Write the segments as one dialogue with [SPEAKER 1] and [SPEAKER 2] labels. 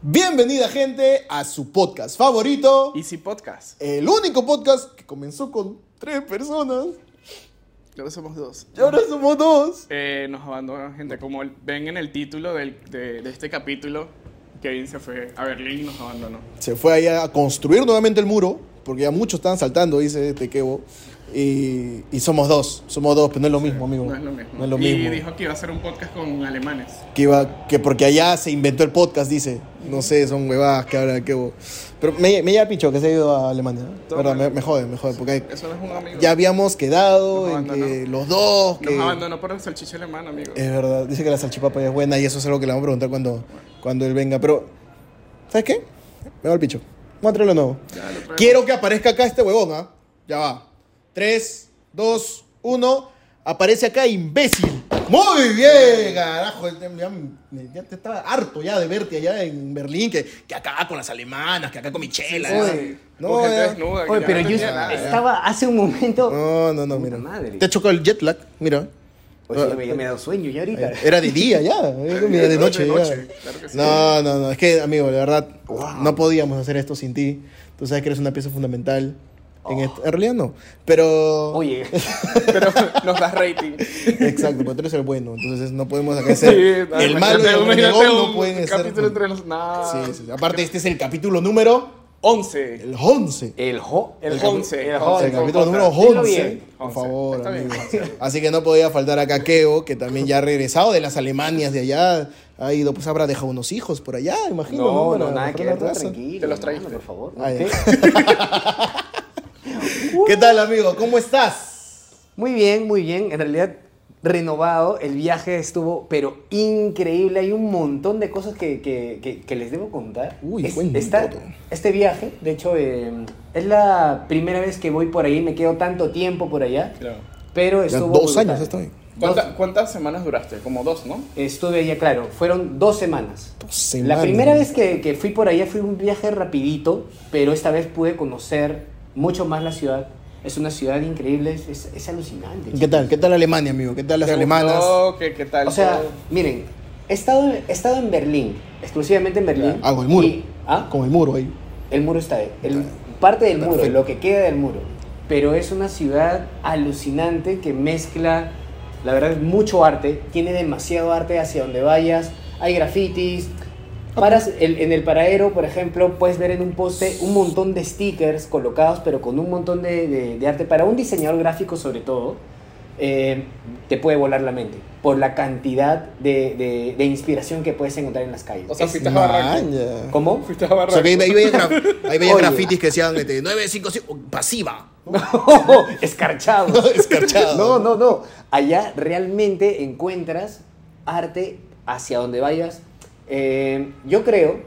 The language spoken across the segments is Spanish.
[SPEAKER 1] Bienvenida gente a su podcast favorito,
[SPEAKER 2] Easy Podcast.
[SPEAKER 1] el único podcast que comenzó con tres personas
[SPEAKER 2] Ahora somos dos.
[SPEAKER 1] y ahora somos dos.
[SPEAKER 2] Eh, nos abandonan gente. Como el- ven en el título del- de, de este capítulo, Kevin se fue a Berlín y nos abandonó.
[SPEAKER 1] Se fue ahí a construir nuevamente el muro, porque ya muchos estaban saltando, dice este quebo, y, y somos dos, somos dos, pero no es lo mismo, amigo.
[SPEAKER 2] No es lo mismo.
[SPEAKER 1] No es lo
[SPEAKER 2] Y
[SPEAKER 1] mismo.
[SPEAKER 2] dijo que iba a hacer un podcast con alemanes.
[SPEAKER 1] Que, iba, que porque allá se inventó el podcast, dice. No sé, son huevadas que habla el quebo. Pero me, me ya picho que se ha ido a Alemania. ¿no?
[SPEAKER 2] Todo
[SPEAKER 1] Verdad, me,
[SPEAKER 2] mal.
[SPEAKER 1] me jode, me jode, porque hay-
[SPEAKER 2] Eso no es un amigo.
[SPEAKER 1] ya habíamos quedado
[SPEAKER 2] Nos
[SPEAKER 1] en que
[SPEAKER 2] abandonó.
[SPEAKER 1] los dos...
[SPEAKER 2] nos
[SPEAKER 1] que- Eh,
[SPEAKER 2] abandonó por el salchicha alemán, amigo.
[SPEAKER 1] Es verdad, dice que la salchipapa ya es buena y eso es algo que le vamos a preguntar cuando, cuando él venga. Pero, ¿sabes qué? Me va el picho. Vamos a traerlo nuevo.
[SPEAKER 2] Ya, lo traemos.
[SPEAKER 1] Quiero que aparezca acá este huevón, ¿ah? Ya va. 3, 2, 1. Aparece acá, imbécil. Muy bien, carajo. Ya, ya te estaba harto ya de verte allá en Berlín, que, que acá con las alemanas, que acá con Michela.
[SPEAKER 2] Con
[SPEAKER 1] ¿no?
[SPEAKER 2] gente
[SPEAKER 1] no, eh. ya.
[SPEAKER 2] desnuda, que
[SPEAKER 3] Oye,
[SPEAKER 2] ya
[SPEAKER 3] pero
[SPEAKER 2] no
[SPEAKER 3] yo
[SPEAKER 2] tenía nada.
[SPEAKER 3] estaba hace un momento.
[SPEAKER 1] no, no, no,
[SPEAKER 3] Puta
[SPEAKER 1] mira.
[SPEAKER 3] madre.
[SPEAKER 1] Te ha chocado el jet lag, mira.
[SPEAKER 3] Oye, ya me, Pues ya me ha dado sueño ya ahorita.
[SPEAKER 1] Era de día ya, era de, de noche. ya.
[SPEAKER 2] noche, claro que sí.
[SPEAKER 1] No, no, no, es que, amigo, la verdad, no podíamos hacer esto sin ti. Tú sabes que eres una pieza fundamental. En,
[SPEAKER 2] Oh.
[SPEAKER 1] esto. en realidad no, pero...
[SPEAKER 3] Oye,
[SPEAKER 2] Pero nos das rating.
[SPEAKER 1] Exacto, pero tú eres el bueno, entonces no podemos acá ser
[SPEAKER 2] nada,
[SPEAKER 1] el malo y
[SPEAKER 2] imagínate,
[SPEAKER 1] el
[SPEAKER 2] imagínate
[SPEAKER 1] renegón no
[SPEAKER 2] un
[SPEAKER 1] pueden ser...
[SPEAKER 2] capítulo entre los nada.
[SPEAKER 1] Sí, sí, sí. Aparte, este es el capítulo número
[SPEAKER 2] 11.
[SPEAKER 1] el 11.
[SPEAKER 3] el jo.
[SPEAKER 2] El
[SPEAKER 3] capi-
[SPEAKER 2] once. once,
[SPEAKER 3] El
[SPEAKER 1] El
[SPEAKER 3] once.
[SPEAKER 1] capítulo
[SPEAKER 2] con
[SPEAKER 1] número
[SPEAKER 2] J.
[SPEAKER 1] 11,
[SPEAKER 3] bien.
[SPEAKER 1] por
[SPEAKER 2] Once.
[SPEAKER 1] favor.
[SPEAKER 2] Está bien,
[SPEAKER 1] amigo.
[SPEAKER 2] once.
[SPEAKER 1] Así que no podía faltar acá Keo, que también ya ha regresado de las Alemanias de allá. Ha ido, pues habrá dejado unos hijos por allá, imagino.
[SPEAKER 3] No,
[SPEAKER 1] Para
[SPEAKER 3] no, nada que
[SPEAKER 1] mejorar
[SPEAKER 3] ver,
[SPEAKER 1] la raza.
[SPEAKER 3] tranquilo.
[SPEAKER 2] Te los trajiste.
[SPEAKER 3] hermano, Por favor.
[SPEAKER 1] Ah, ya.
[SPEAKER 3] ¿Qué?
[SPEAKER 1] ¿Qué tal, amigo? ¿Cómo estás?
[SPEAKER 3] Muy bien, muy bien. En realidad, renovado. El viaje estuvo, pero increíble. Hay un montón de cosas que, que- que- que les debo contar.
[SPEAKER 1] Uy,
[SPEAKER 3] Es-
[SPEAKER 1] cuenta.
[SPEAKER 3] esta- Este viaje, de hecho, eh, es la primera vez que voy por ahí. Me quedo tanto tiempo por allá.
[SPEAKER 2] Claro.
[SPEAKER 3] Pero
[SPEAKER 1] Ya
[SPEAKER 3] estuvo.
[SPEAKER 1] dos
[SPEAKER 3] brutal.
[SPEAKER 1] años estoy.
[SPEAKER 2] ¿Cuánta-
[SPEAKER 3] Dos-
[SPEAKER 2] ¿Cuántas semanas duraste? Como dos, ¿no?
[SPEAKER 3] Estuve allá, claro, fueron dos semanas.
[SPEAKER 1] Dos
[SPEAKER 3] La
[SPEAKER 1] semanas.
[SPEAKER 3] primera vez que, que fui por allá fue un viaje rapidito, pero esta vez pude conocer mucho más la ciudad. Es una ciudad increíble, es, es- es alucinante.
[SPEAKER 1] ¿Qué
[SPEAKER 3] chicos.
[SPEAKER 1] tal? ¿Qué tal Alemania, amigo? ¿Qué tal las
[SPEAKER 2] ¿Te
[SPEAKER 1] alemanas?
[SPEAKER 2] gustó? ¿Qué, qué tal?
[SPEAKER 3] O sea,
[SPEAKER 2] todo?
[SPEAKER 3] miren, he estado, he estado en Berlín, exclusivamente en Berlín.
[SPEAKER 1] Ah, con el muro.
[SPEAKER 3] y- ¿ah?
[SPEAKER 1] Con el muro ahí.
[SPEAKER 3] El muro está ahí. El, parte del muro,
[SPEAKER 1] Perfecto.
[SPEAKER 3] lo que queda del muro. Pero es una ciudad alucinante que mezcla, la verdad, mucho arte. Tiene demasiado arte hacia donde vayas. Hay grafitis. Paras el- en el paradero, por ejemplo, puedes ver en un poste un montón de stickers colocados, pero con un montón de, de- de arte. Para un diseñador gráfico, sobre todo, eh, te puede volar la mente por la cantidad de, de- de inspiración que puedes encontrar en las calles.
[SPEAKER 2] O sea,
[SPEAKER 3] Es-
[SPEAKER 2] fuiste a Barranco.
[SPEAKER 1] Maña.
[SPEAKER 3] ¿Cómo?
[SPEAKER 2] Fuiste a Barranco.
[SPEAKER 1] O sea, que ahí, ahí veía, graf- ahí veía
[SPEAKER 3] Oye.
[SPEAKER 1] grafitis que decían este, 955 pasiva.
[SPEAKER 3] escarchados.
[SPEAKER 1] Escarchado.
[SPEAKER 3] No, no, no. Allá realmente encuentras arte hacia donde vayas. Eh, yo creo,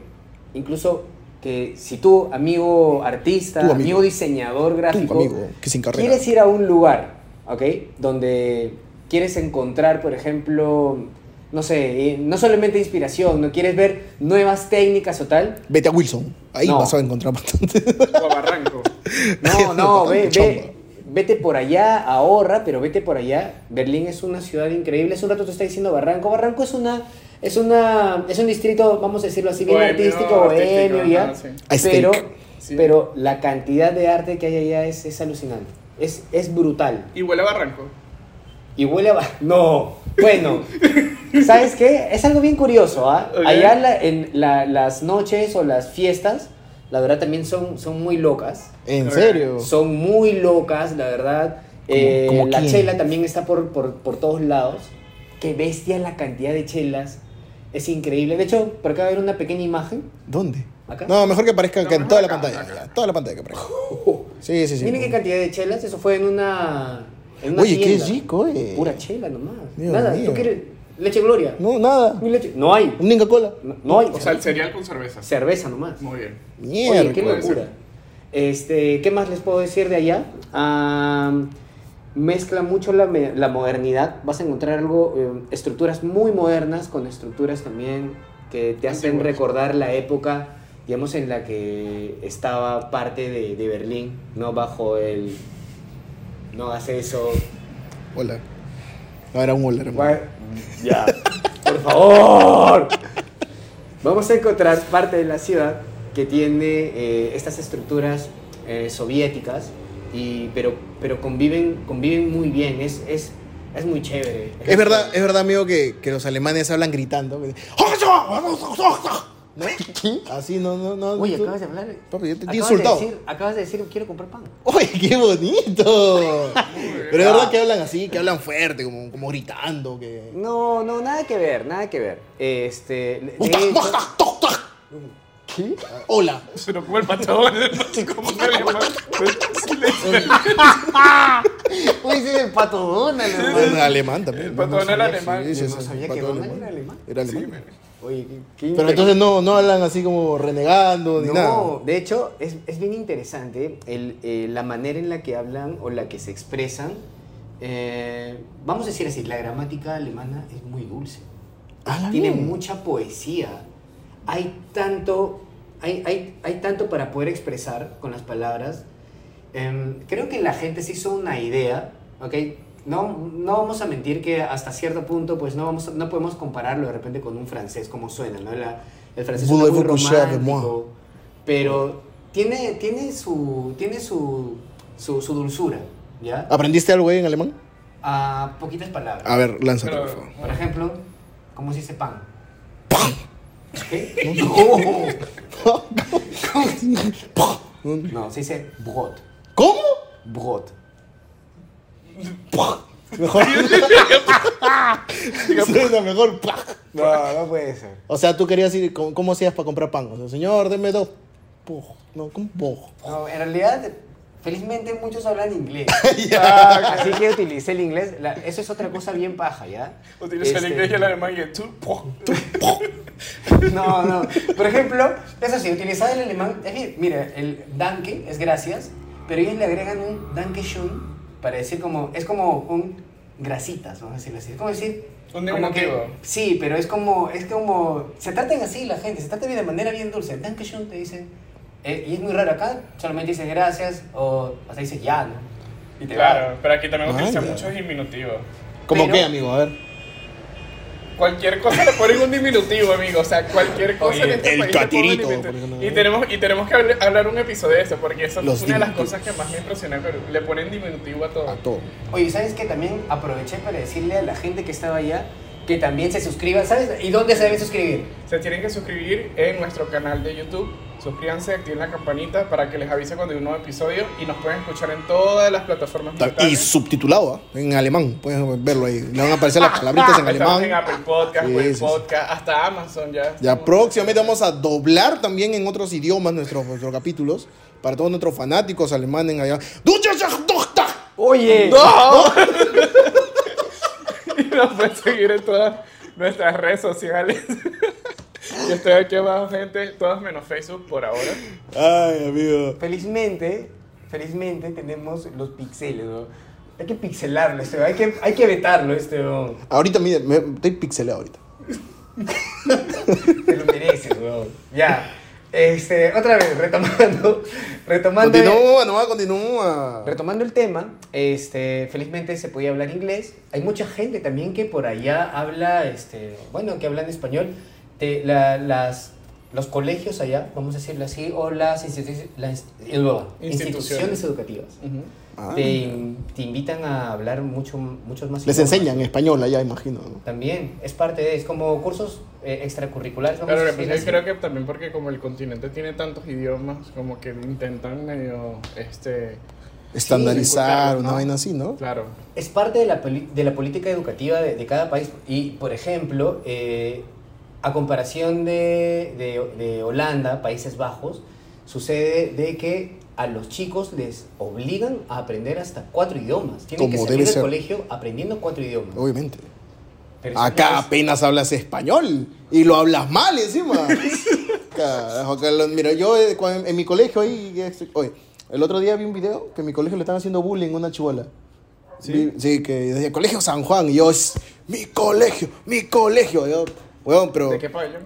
[SPEAKER 3] incluso, que si tú, amigo artista,
[SPEAKER 1] Tú,
[SPEAKER 3] amigo.
[SPEAKER 1] amigo.
[SPEAKER 3] diseñador gráfico,
[SPEAKER 1] amigo, que sin carrera.
[SPEAKER 3] quieres ir a un lugar, ¿ok? Donde quieres encontrar, por ejemplo, no sé, eh, no solamente inspiración, no quieres ver nuevas técnicas o tal,
[SPEAKER 1] Vete a Wilson. Ahí
[SPEAKER 3] No.
[SPEAKER 1] vas a encontrar bastante.
[SPEAKER 2] O a Barranco.
[SPEAKER 1] No,
[SPEAKER 3] No, no, ve,
[SPEAKER 1] tanto
[SPEAKER 3] ve-
[SPEAKER 1] chamba.
[SPEAKER 3] vete por allá, ahorra, pero vete por allá. Berlín es una ciudad increíble. Hace un rato te está diciendo Barranco. Barranco es una es una es un distrito, vamos a decirlo así, bien
[SPEAKER 2] Bohemio,
[SPEAKER 3] artístico,
[SPEAKER 2] artístico,
[SPEAKER 3] bohemio ya.
[SPEAKER 2] ajá, sí.
[SPEAKER 1] Aesthetic.
[SPEAKER 3] Pero
[SPEAKER 2] Sí.
[SPEAKER 3] pero la cantidad de arte que hay allá es, es alucinante. Es, es brutal.
[SPEAKER 2] Y huele a Barranco.
[SPEAKER 3] Y huele a... ba- No. Bueno, ¿sabes qué? Es algo bien curioso, ¿ah?
[SPEAKER 2] Ok.
[SPEAKER 3] Allá la- en la- las noches o las fiestas, la verdad también son, son muy locas.
[SPEAKER 1] ¿En serio?
[SPEAKER 3] Son muy locas, la verdad.
[SPEAKER 1] ¿Cómo-
[SPEAKER 3] Eh,
[SPEAKER 1] cómo
[SPEAKER 3] la
[SPEAKER 1] quién?
[SPEAKER 3] chela también está por, por, por todos lados. Qué bestia la cantidad de chelas. Es increíble. De hecho, por acá va a haber una pequeña imagen.
[SPEAKER 1] ¿Dónde?
[SPEAKER 3] ¿Acá?
[SPEAKER 1] No, mejor que aparezca
[SPEAKER 2] No,
[SPEAKER 1] acá en
[SPEAKER 2] mejor
[SPEAKER 1] toda la
[SPEAKER 2] acá,
[SPEAKER 1] pantalla.
[SPEAKER 2] acá.
[SPEAKER 1] ya, Toda la pantalla que aparezca. Sí, sí, sí.
[SPEAKER 3] Miren qué cantidad de chelas. Eso fue en una. en una
[SPEAKER 1] Oye, qué
[SPEAKER 3] tienda.
[SPEAKER 1] rico, eh.
[SPEAKER 3] Pura chela nomás.
[SPEAKER 1] Dios
[SPEAKER 3] Nada,
[SPEAKER 1] mío.
[SPEAKER 3] tú quieres. Leche Gloria.
[SPEAKER 1] No, nada.
[SPEAKER 3] Ni leche- No hay.
[SPEAKER 1] Un Inca Cola.
[SPEAKER 3] No, no hay.
[SPEAKER 2] O sea, el cereal con cerveza.
[SPEAKER 3] cerveza nomás.
[SPEAKER 2] Muy bien.
[SPEAKER 1] Mierda.
[SPEAKER 3] Oye, qué locura. Este, ¿qué más les puedo decir de allá? Ah, mezcla mucho la, me- la modernidad. Vas a encontrar algo, eh, estructuras muy modernas con estructuras también que te hacen
[SPEAKER 2] Antiguas.
[SPEAKER 3] recordar la época, digamos, en la que estaba parte de, de Berlín, ¿no? Bajo el... No hagas eso.
[SPEAKER 1] Hola. Mm, No, era un hola, hermano.
[SPEAKER 3] Ya. Por favor. vamos a encontrar parte de la ciudad que tiene eh, estas estructuras eh, soviéticas, y, pero, pero conviven, conviven muy bien, es, es, es muy chévere.
[SPEAKER 1] Es verdad, es verdad, amigo, que, que los alemanes hablan gritando. que "¡Oh, dicen, ¿No? Así, no, no, no.
[SPEAKER 3] Oye,
[SPEAKER 1] tú-
[SPEAKER 3] acabas de hablar.
[SPEAKER 1] Papi, yo te- te he
[SPEAKER 3] acabas
[SPEAKER 1] insultado.
[SPEAKER 3] De decir, acabas de decir que quiero comprar pan.
[SPEAKER 1] Oye, qué bonito. Pero es verdad que hablan así, que hablan fuerte, como, como gritando, que.
[SPEAKER 3] No, no, nada que ver, nada que ver. Este. de hecho- ¿Qué?
[SPEAKER 1] Hola.
[SPEAKER 2] Pero como el patadón, ¿no? ¿cómo se llama? pues,
[SPEAKER 3] Uy, ese es el pato Donald,
[SPEAKER 1] Es
[SPEAKER 3] hermano.
[SPEAKER 1] alemán también.
[SPEAKER 2] El
[SPEAKER 1] ¿no?
[SPEAKER 2] pato
[SPEAKER 3] sabía
[SPEAKER 2] era
[SPEAKER 3] que-
[SPEAKER 2] alemán.
[SPEAKER 1] Sí, sí,
[SPEAKER 3] yo no
[SPEAKER 1] sí,
[SPEAKER 3] sabía
[SPEAKER 1] pato
[SPEAKER 3] que
[SPEAKER 1] alemán.
[SPEAKER 3] Donald era alemán.
[SPEAKER 1] Era
[SPEAKER 2] Sí,
[SPEAKER 1] alemán.
[SPEAKER 2] men.
[SPEAKER 3] Oye, qué, qué
[SPEAKER 1] Pero
[SPEAKER 3] interesante.
[SPEAKER 1] entonces no, no hablan así como renegando ni
[SPEAKER 3] no,
[SPEAKER 1] nada.
[SPEAKER 3] de hecho, es, es bien interesante el, eh, la manera en la que hablan o la que se expresan. Eh, vamos a decir así, la gramática alemana es muy dulce.
[SPEAKER 1] Ah, la
[SPEAKER 3] Tiene
[SPEAKER 1] bien.
[SPEAKER 3] mucha poesía. Hay tanto, hay, hay, hay tanto para poder expresar con las palabras. Em, creo que la gente se hizo una idea, ¿ok? No, no vamos a mentir que hasta cierto punto, pues no, vamos a- no podemos compararlo de repente con un francés, como suena, ¿no? La- el francés suena muy
[SPEAKER 1] Voulez-vous coucher avec moi?
[SPEAKER 3] romántico, pero tiene, tiene, su, tiene su, su, su dulzura, ¿ya?
[SPEAKER 1] ¿Aprendiste algo ahí en alemán?
[SPEAKER 3] A poquitas palabras.
[SPEAKER 1] A ver, lánzate,
[SPEAKER 2] Pero-
[SPEAKER 1] por favor.
[SPEAKER 3] Por ejemplo, ¿cómo se dice pan? ¿Qué? No. no, se dice brot.
[SPEAKER 1] ¿Cómo?
[SPEAKER 3] Brot.
[SPEAKER 1] Mejor. Suena mejor.
[SPEAKER 3] No, no puede ser.
[SPEAKER 1] O sea, tú querías ir, ¿cómo, cómo hacías para comprar pan? O sea, señor, deme dos. Puj. No, ¿cómo puj?
[SPEAKER 3] No, en realidad, felizmente muchos hablan inglés.
[SPEAKER 2] Ah,
[SPEAKER 3] Así que utilicé el inglés. La- eso es otra cosa bien paja, ¿ya?
[SPEAKER 2] Utiliza el
[SPEAKER 3] Este,
[SPEAKER 2] inglés y el alemán y el tú, po, tú.
[SPEAKER 3] No, no. Por ejemplo, eso sí, utilizar el alemán. Es que, mira, el danke es gracias, pero ellos le agregan un danke schön para decir como. Es como un grasitas, vamos a decirlo así. Es como decir.
[SPEAKER 2] Un
[SPEAKER 3] como que-
[SPEAKER 2] diminutivo.
[SPEAKER 3] Sí, pero es como. Es como. Se tratan así la gente, se trata de manera bien dulce. Danke schön te dicen. eh, y es muy raro acá, solamente dices gracias o hasta dices ya, ¿no? Y te va.
[SPEAKER 2] Claro, pero aquí también utilizan
[SPEAKER 1] Vaya.
[SPEAKER 2] muchos diminutivos.
[SPEAKER 1] ¿Cómo
[SPEAKER 3] Pero-
[SPEAKER 1] qué, amigo? A ver.
[SPEAKER 2] Cualquier cosa le ponen un diminutivo, amigo. O sea, cualquier cosa
[SPEAKER 3] Oye,
[SPEAKER 2] en este
[SPEAKER 1] el
[SPEAKER 2] país le ponen
[SPEAKER 1] catirito,
[SPEAKER 2] diminutivo.
[SPEAKER 1] por ejemplo.
[SPEAKER 2] Y tenemos, y tenemos que hable- hablar un episodio de eso, porque eso
[SPEAKER 1] Los
[SPEAKER 2] es una de las
[SPEAKER 1] diminutivos.
[SPEAKER 2] cosas que más me impresiona. pero Le ponen diminutivo a
[SPEAKER 1] A
[SPEAKER 2] todo.
[SPEAKER 1] todo.
[SPEAKER 3] Oye, ¿sabes qué? También aproveché para decirle a la gente que estaba allá que también se suscriban, ¿sabes? ¿Y dónde se deben suscribir?
[SPEAKER 2] Se tienen que suscribir en nuestro canal de YouTube. Suscríbanse, activen la campanita para que les avise cuando hay un nuevo episodio y nos pueden escuchar en todas las plataformas
[SPEAKER 1] Y
[SPEAKER 2] digitales.
[SPEAKER 1] subtitulado, ¿ah? En alemán. Pueden verlo ahí. Le van a aparecer las palabritas en
[SPEAKER 2] Estamos Ah, en
[SPEAKER 1] alemán.
[SPEAKER 2] Apple Podcast,
[SPEAKER 1] Sí,
[SPEAKER 2] Google
[SPEAKER 1] sí, sí.
[SPEAKER 2] Podcast, hasta Amazon ya.
[SPEAKER 1] Ya
[SPEAKER 2] estamos.
[SPEAKER 1] próximamente vamos a doblar también en otros idiomas nuestros, nuestros capítulos. Para todos nuestros fanáticos alemanes allá.
[SPEAKER 3] Oye,
[SPEAKER 2] Y nos pueden seguir en todas nuestras redes sociales. Yo estoy aquí abajo, gente, todas menos Facebook por ahora.
[SPEAKER 1] Ay, amigo.
[SPEAKER 3] felizmente, felizmente tenemos los pixeles, ¿no? Hay que pixelarlo, este, hay que, hay que vetarlo, este, ¿no?
[SPEAKER 1] Ahorita, mire, me, estoy pixelado ahorita.
[SPEAKER 3] te lo mereces, ¿no? Ya, este, otra vez, retomando, retomando.
[SPEAKER 1] Continúa, no, continúa.
[SPEAKER 3] Retomando el tema, este, felizmente se podía hablar inglés. Hay mucha gente también que por allá habla, este, bueno, que hablan español. Te- la- las, los colegios allá, vamos a decirlo así, o las, institu- las eh, instituciones.
[SPEAKER 2] Instituciones.
[SPEAKER 3] educativas.
[SPEAKER 1] Ah.
[SPEAKER 3] te, in- te invitan a hablar mucho, muchos más
[SPEAKER 1] Les
[SPEAKER 3] idiomas.
[SPEAKER 1] enseñan eh. español allá, imagino. ¿no?
[SPEAKER 3] También, es parte de, es como cursos eh, extracurriculares. Vamos
[SPEAKER 2] Claro,
[SPEAKER 3] a
[SPEAKER 2] lo que pasa
[SPEAKER 3] decirlo
[SPEAKER 2] es
[SPEAKER 3] así.
[SPEAKER 2] que creo que también porque como el continente tiene tantos idiomas, como que intentan medio, este,
[SPEAKER 1] Estandarizar,
[SPEAKER 2] Sí,
[SPEAKER 1] una
[SPEAKER 2] ¿no?
[SPEAKER 1] vaina así, ¿no?
[SPEAKER 2] claro.
[SPEAKER 3] es parte de la, poli- de la política educativa de, de cada país. Y, por ejemplo, eh, a comparación de, de- de Holanda, Países Bajos, sucede de que a los chicos les obligan a aprender hasta cuatro idiomas. Tienen que
[SPEAKER 1] Como
[SPEAKER 3] salir
[SPEAKER 1] debe
[SPEAKER 3] del
[SPEAKER 1] ser.
[SPEAKER 3] colegio aprendiendo cuatro idiomas.
[SPEAKER 1] Obviamente.
[SPEAKER 3] Pero eso
[SPEAKER 1] Acá
[SPEAKER 3] no es-
[SPEAKER 1] apenas hablas español y lo hablas mal encima. Carajo, acá lo- mira, yo eh, cuan- en, mi colegio ahí, que estoy- oye, el otro día vi un video que en mi colegio le están haciendo bullying a una chivola. ¿Sí? sí, que decía colegio San Juan y yo, "Es mi colegio, mi colegio. Yo, weón, pero
[SPEAKER 2] ¿De qué pabellón?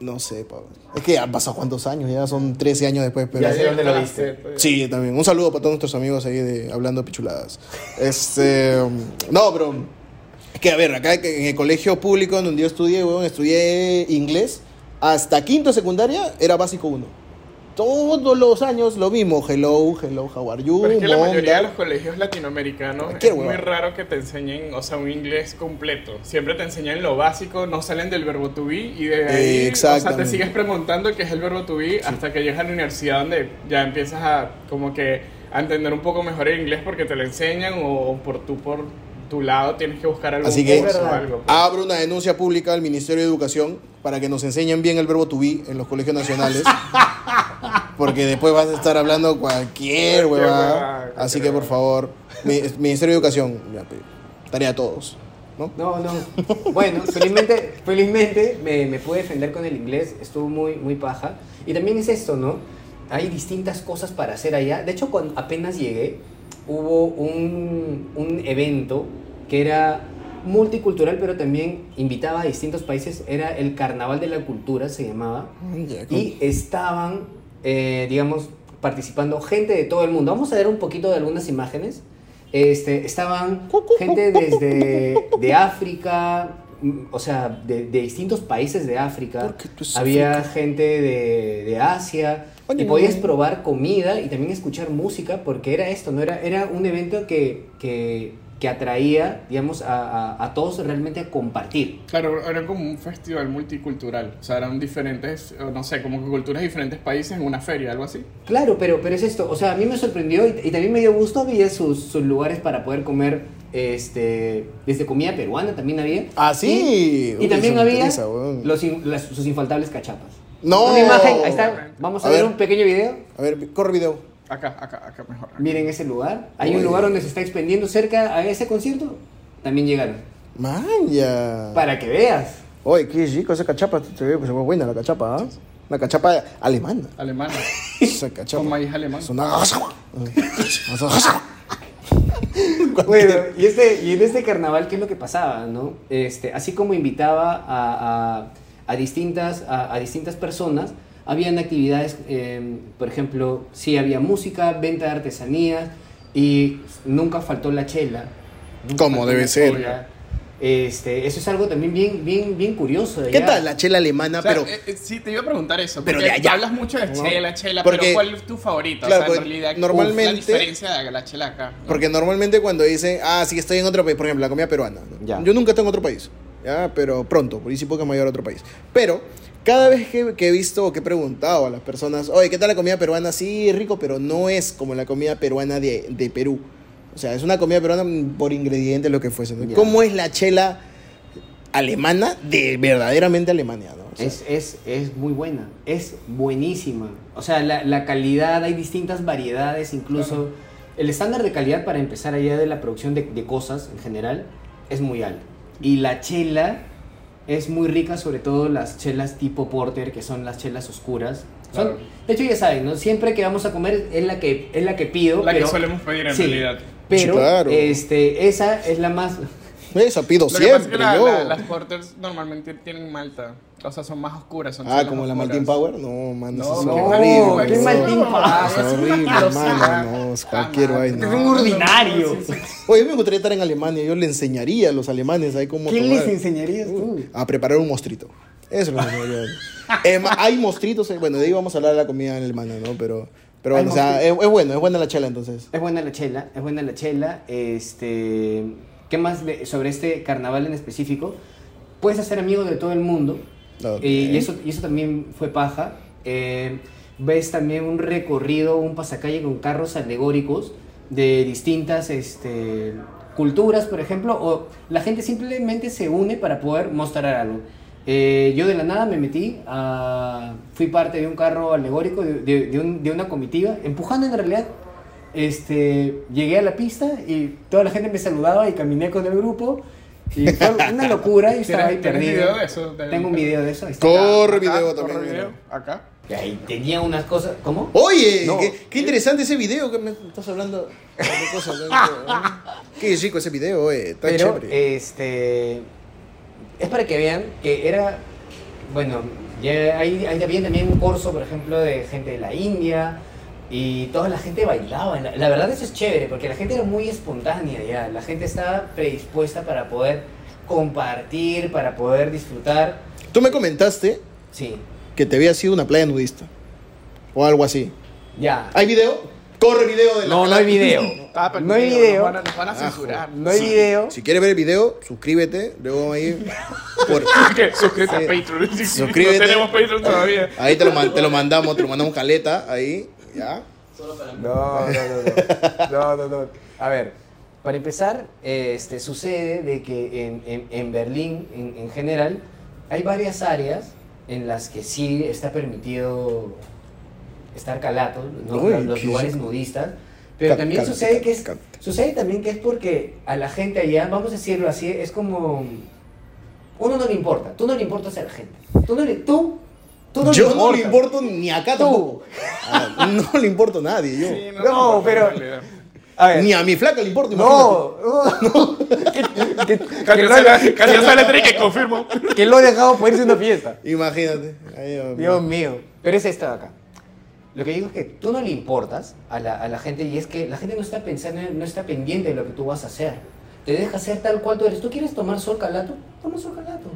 [SPEAKER 1] no sé, pa- es que han pasado cuántos años, ya son 13 años después, pero...
[SPEAKER 3] Ya sé dónde lo
[SPEAKER 2] Ah,
[SPEAKER 3] viste.
[SPEAKER 2] sí, sí.
[SPEAKER 1] Sí, también. Un saludo para todos nuestros amigos ahí de Hablando Pichuladas. Este. No, pero. Es que, a ver, acá en el colegio público donde yo estudié, weón, estudié inglés hasta quinto de secundaria era básico 1. Todos los años lo mismo. Hello, hello, how are you?
[SPEAKER 2] Pero es que la
[SPEAKER 1] monda.
[SPEAKER 2] mayoría de los colegios latinoamericanos
[SPEAKER 1] Uh, Qué
[SPEAKER 2] es muy
[SPEAKER 1] hueva.
[SPEAKER 2] raro que te enseñen, o sea, un inglés completo. Siempre te enseñan lo básico, no salen del verbo to be y de ahí, o sea, te
[SPEAKER 1] Eh, Exactamente.
[SPEAKER 2] sigues preguntando qué es el verbo to be hasta que llegas a la universidad donde ya empiezas a como que a entender un poco mejor el inglés porque te lo enseñan o por tú por tu lado tienes que buscar algún
[SPEAKER 1] Así que-
[SPEAKER 2] curso o
[SPEAKER 3] Es verdad.
[SPEAKER 2] algo.
[SPEAKER 1] Abro una denuncia pública al Ministerio de Educación para que nos enseñen bien el verbo to be en los colegios nacionales. Porque después vas a estar hablando cualquier
[SPEAKER 2] Cualquier
[SPEAKER 1] huevada.
[SPEAKER 2] huevada,
[SPEAKER 1] Así
[SPEAKER 2] cualquier
[SPEAKER 1] que, por
[SPEAKER 2] huevada.
[SPEAKER 1] favor, mi- Ministerio de Educación, ya, pe, tarea a todos. ¿no?
[SPEAKER 3] No, no. Bueno, felizmente, felizmente me, me pude defender con el inglés, estuvo muy, muy paja. Y también es esto, ¿no? Hay distintas cosas para hacer allá. De hecho, cuando apenas llegué, hubo un, un evento que era multicultural, pero también invitaba a distintos países. Era el Carnaval de la Cultura, se llamaba. Y estaban, eh, digamos, participando gente de todo el mundo. Vamos a ver un poquito de algunas imágenes. Este, estaban gente desde de África, mm, o sea, de, de distintos países de África.
[SPEAKER 1] Porque tú es
[SPEAKER 3] Había gente de, de Asia.
[SPEAKER 1] Oye,
[SPEAKER 3] y podías
[SPEAKER 1] no.
[SPEAKER 3] probar comida y también escuchar música, porque era esto, ¿no? Era, era un evento que, que, que atraía, digamos, a, a- a todos realmente a compartir.
[SPEAKER 2] Claro, era como un festival multicultural, o sea, eran diferentes, o no sé, como que culturas de diferentes países en una feria, algo así.
[SPEAKER 3] Claro, pero, pero es esto. O sea, a mí me sorprendió y, y también me dio gusto. Había sus, sus lugares para poder comer este, desde comida peruana también había.
[SPEAKER 1] Ah, sí.
[SPEAKER 3] Y, y
[SPEAKER 1] Uy,
[SPEAKER 3] también
[SPEAKER 1] eso me
[SPEAKER 3] había
[SPEAKER 1] interesa, weón.
[SPEAKER 3] los, in- las- sus infaltables cachapas.
[SPEAKER 1] No.
[SPEAKER 3] Una imagen, ahí está. Vamos a,
[SPEAKER 1] A
[SPEAKER 3] ver
[SPEAKER 1] ver.
[SPEAKER 3] un pequeño video.
[SPEAKER 1] A ver, corre video.
[SPEAKER 2] Acá, acá, acá mejor.
[SPEAKER 1] Mm.
[SPEAKER 2] acá.
[SPEAKER 3] Miren ese lugar. Hay
[SPEAKER 1] Uy.
[SPEAKER 3] un lugar donde se está expendiendo cerca a ese concierto. También llegaron.
[SPEAKER 1] Man, ya.
[SPEAKER 3] Para que veas.
[SPEAKER 1] Oye, qué rico esa cachapa. Se ve, se ve buena la cachapa, ¿ah? Una cachapa alemana.
[SPEAKER 2] Alemana.
[SPEAKER 1] Esa cachapa.
[SPEAKER 2] Con maíz alemán.
[SPEAKER 1] Es una...
[SPEAKER 3] Bueno, y, este, y en este carnaval, ¿qué es lo que pasaba, no? Este, así como invitaba a, a- a distintas, a, a distintas personas, habían actividades, eh, por ejemplo, sí había música, venta de artesanías, y nunca faltó la chela. nunca
[SPEAKER 1] Como
[SPEAKER 3] faltó
[SPEAKER 1] debe
[SPEAKER 3] la
[SPEAKER 1] ser.
[SPEAKER 3] cola. Este, eso es algo también bien, bien, bien curioso. de
[SPEAKER 1] ¿Qué
[SPEAKER 3] allá.
[SPEAKER 1] tal la chela alemana?
[SPEAKER 2] O sea,
[SPEAKER 1] pero
[SPEAKER 2] eh, eh, sí, te iba a preguntar eso.
[SPEAKER 1] pero
[SPEAKER 2] porque
[SPEAKER 1] de allá.
[SPEAKER 2] Hablas mucho de
[SPEAKER 1] ¿No?
[SPEAKER 2] chela, chela,
[SPEAKER 1] Porque-
[SPEAKER 2] pero ¿cuál es tu favorita?
[SPEAKER 1] claro,
[SPEAKER 2] o sea, en
[SPEAKER 1] porque
[SPEAKER 2] realidad, uf,
[SPEAKER 1] normalmente-
[SPEAKER 2] la diferencia de la chela acá. ¿no?
[SPEAKER 1] porque normalmente cuando dicen, ah, sí, estoy en otro país, por ejemplo, la comida peruana. ¿no?
[SPEAKER 3] Ya.
[SPEAKER 1] Yo nunca estoy en otro país, ya, pero pronto, por ahí sí puedo que me voy a otro país. Pero cada vez que, que he visto o que he preguntado a las personas, oye, ¿qué tal la comida peruana? Sí, rico, pero no es como la comida peruana de, de Perú. O sea, es una comida peruana mm, por ingredientes, lo que fuese. ¿no?
[SPEAKER 3] Ya.
[SPEAKER 1] ¿Cómo es la chela alemana de verdaderamente Alemania? ¿no? O sea,
[SPEAKER 3] Es, es, es muy buena, es buenísima. O sea, la, la calidad, hay distintas variedades, incluso el estándar de calidad para empezar allá de la producción de, de cosas en general es muy alto. Y la chela es muy rica, sobre todo las chelas tipo porter, que son las chelas oscuras. Son-
[SPEAKER 2] Claro.
[SPEAKER 3] De hecho, ya saben, ¿no? siempre que vamos a comer es la que, es la que pido.
[SPEAKER 2] La
[SPEAKER 3] pero,
[SPEAKER 2] que solemos pedir en
[SPEAKER 3] sí,
[SPEAKER 2] realidad.
[SPEAKER 3] Pero
[SPEAKER 1] Claro.
[SPEAKER 3] este, esa es la más...
[SPEAKER 1] Eso pido
[SPEAKER 2] Lo que pasa es
[SPEAKER 1] siempre,
[SPEAKER 2] que la-
[SPEAKER 1] yo.
[SPEAKER 2] la- las porters normalmente tienen malta. O sea, son más oscuras. Son
[SPEAKER 1] Ah,
[SPEAKER 2] chelas
[SPEAKER 1] como la
[SPEAKER 2] oscuras.
[SPEAKER 1] Maltin Power. No, man,
[SPEAKER 2] No,
[SPEAKER 1] eso es
[SPEAKER 2] no,
[SPEAKER 1] horrible.
[SPEAKER 2] qué
[SPEAKER 1] no.
[SPEAKER 2] Maltín Power,
[SPEAKER 1] Es
[SPEAKER 2] es una
[SPEAKER 1] horrible,
[SPEAKER 2] grosera.
[SPEAKER 1] mano. No, es cualquier
[SPEAKER 2] Ah,
[SPEAKER 1] vaina.
[SPEAKER 2] no,
[SPEAKER 3] Es
[SPEAKER 2] no,
[SPEAKER 3] un
[SPEAKER 2] no,
[SPEAKER 3] ordinario.
[SPEAKER 2] sí, sí, sí.
[SPEAKER 1] Oye, me gustaría estar en Alemania. Yo le enseñaría a los alemanes ahí cómo
[SPEAKER 3] ¿Qué
[SPEAKER 1] tomar-
[SPEAKER 3] les enseñarías tú?
[SPEAKER 1] a preparar un mostrito. Eso es lo que me gustaría. Eh, ma- hay mostritos. eh, Bueno, de ahí vamos a hablar de la comida alemana, ¿no? Pero, pero
[SPEAKER 3] Hay
[SPEAKER 1] bueno, o sea, es, es bueno, es buena la chela entonces.
[SPEAKER 3] Es buena la chela, es buena la chela. Este, ¿Qué más le- sobre este carnaval en específico? Puedes hacer amigos de todo el mundo. Eh,
[SPEAKER 1] Ok.
[SPEAKER 3] Y, y eso, y eso también fue paja. Eh, ves también un recorrido, un pasacalle con carros alegóricos de distintas este, culturas, por ejemplo. O la gente simplemente se une para poder mostrar algo. Eh, yo de la nada me metí, a- fui parte de un carro alegórico, de, de- de un- de una comitiva, empujando en realidad este, llegué a la pista y toda la gente me saludaba y caminé con el grupo. Y fue una locura y estaba ahí
[SPEAKER 2] ¿Tienes- tienes
[SPEAKER 3] perdido.
[SPEAKER 2] video de eso? De-
[SPEAKER 3] Tengo un video de eso. ahí está.
[SPEAKER 1] Corre
[SPEAKER 2] Ah, Acá,
[SPEAKER 1] video
[SPEAKER 2] corre
[SPEAKER 1] también.
[SPEAKER 2] video,
[SPEAKER 1] mira.
[SPEAKER 2] Acá.
[SPEAKER 3] Y ahí tenía unas cosas. ¿Cómo?
[SPEAKER 1] Oh, Oye,
[SPEAKER 3] No.
[SPEAKER 1] qué, qué interesante ese video que me estás hablando. de cosas, ¿no? qué chico ese video, eh. Está
[SPEAKER 3] Pero
[SPEAKER 1] chévere.
[SPEAKER 3] este. Es para que vean que era. Bueno, ya ahí, ahí había también un corso, por ejemplo, de gente de la India. Y toda la gente bailaba. La, la verdad, eso es chévere, porque la gente era muy espontánea ya. La gente estaba predispuesta para poder compartir, para poder disfrutar.
[SPEAKER 1] Tú me comentaste
[SPEAKER 3] Sí.
[SPEAKER 1] que te había sido una playa nudista. O algo así.
[SPEAKER 3] Ya.
[SPEAKER 1] ¿Hay video? Corre video de la
[SPEAKER 3] No, no hay video.
[SPEAKER 2] Tapa el
[SPEAKER 3] No hay
[SPEAKER 2] video,
[SPEAKER 3] video.
[SPEAKER 2] Ah, Nos van a, nos van a censurar.
[SPEAKER 3] No hay video.
[SPEAKER 1] Si quieres ver el video, suscríbete. Luego ahí. por-
[SPEAKER 2] ¿Qué? Suscríbete a Patreon.
[SPEAKER 1] Suscríbete.
[SPEAKER 2] No tenemos Patreon todavía.
[SPEAKER 1] Ahí te lo, man- te lo mandamos, te lo mandamos caleta. Ahí, ya.
[SPEAKER 3] No, no, no, no. No, no, no. A ver, para empezar, este, sucede de que en, en- en Berlín, en, en general, hay varias áreas en las que sí está permitido estar calato, ¿no?
[SPEAKER 1] Uy,
[SPEAKER 3] los
[SPEAKER 1] qué-
[SPEAKER 3] lugares nudistas. Pero
[SPEAKER 1] Cal-
[SPEAKER 3] también
[SPEAKER 1] cálmate,
[SPEAKER 3] sucede que es,
[SPEAKER 1] cálmate, cálmate.
[SPEAKER 3] sucede también que es porque a la gente allá, vamos a decirlo así, es como uno no le importa, tú no le importas a la gente, tú no le, tú, tú no
[SPEAKER 1] yo no le
[SPEAKER 3] importas.
[SPEAKER 1] importo ni acá
[SPEAKER 3] Tú.
[SPEAKER 1] tampoco. Ah, no le importo a nadie, yo.
[SPEAKER 2] Sí,
[SPEAKER 3] No,
[SPEAKER 2] en
[SPEAKER 3] pero-
[SPEAKER 2] realidad.
[SPEAKER 3] A ver,
[SPEAKER 1] Ni a mi flaca le importa. imagínate.
[SPEAKER 3] No, no. que, que- que
[SPEAKER 2] Casi
[SPEAKER 3] lo
[SPEAKER 2] sale,
[SPEAKER 3] ha-
[SPEAKER 2] casi sale Drake, que confirmo.
[SPEAKER 3] que lo he dejado por irse a una fiesta.
[SPEAKER 1] Imagínate. Ay, Dios mío.
[SPEAKER 3] Dios mío. Pero es esta de acá. Lo que digo es que tú no le importas a la, a la gente y es que la gente no está pensando, no está pendiente de lo que tú vas a hacer. Te deja hacer tal cual tú eres. ¿Tú quieres tomar sol calato? Toma sol calato.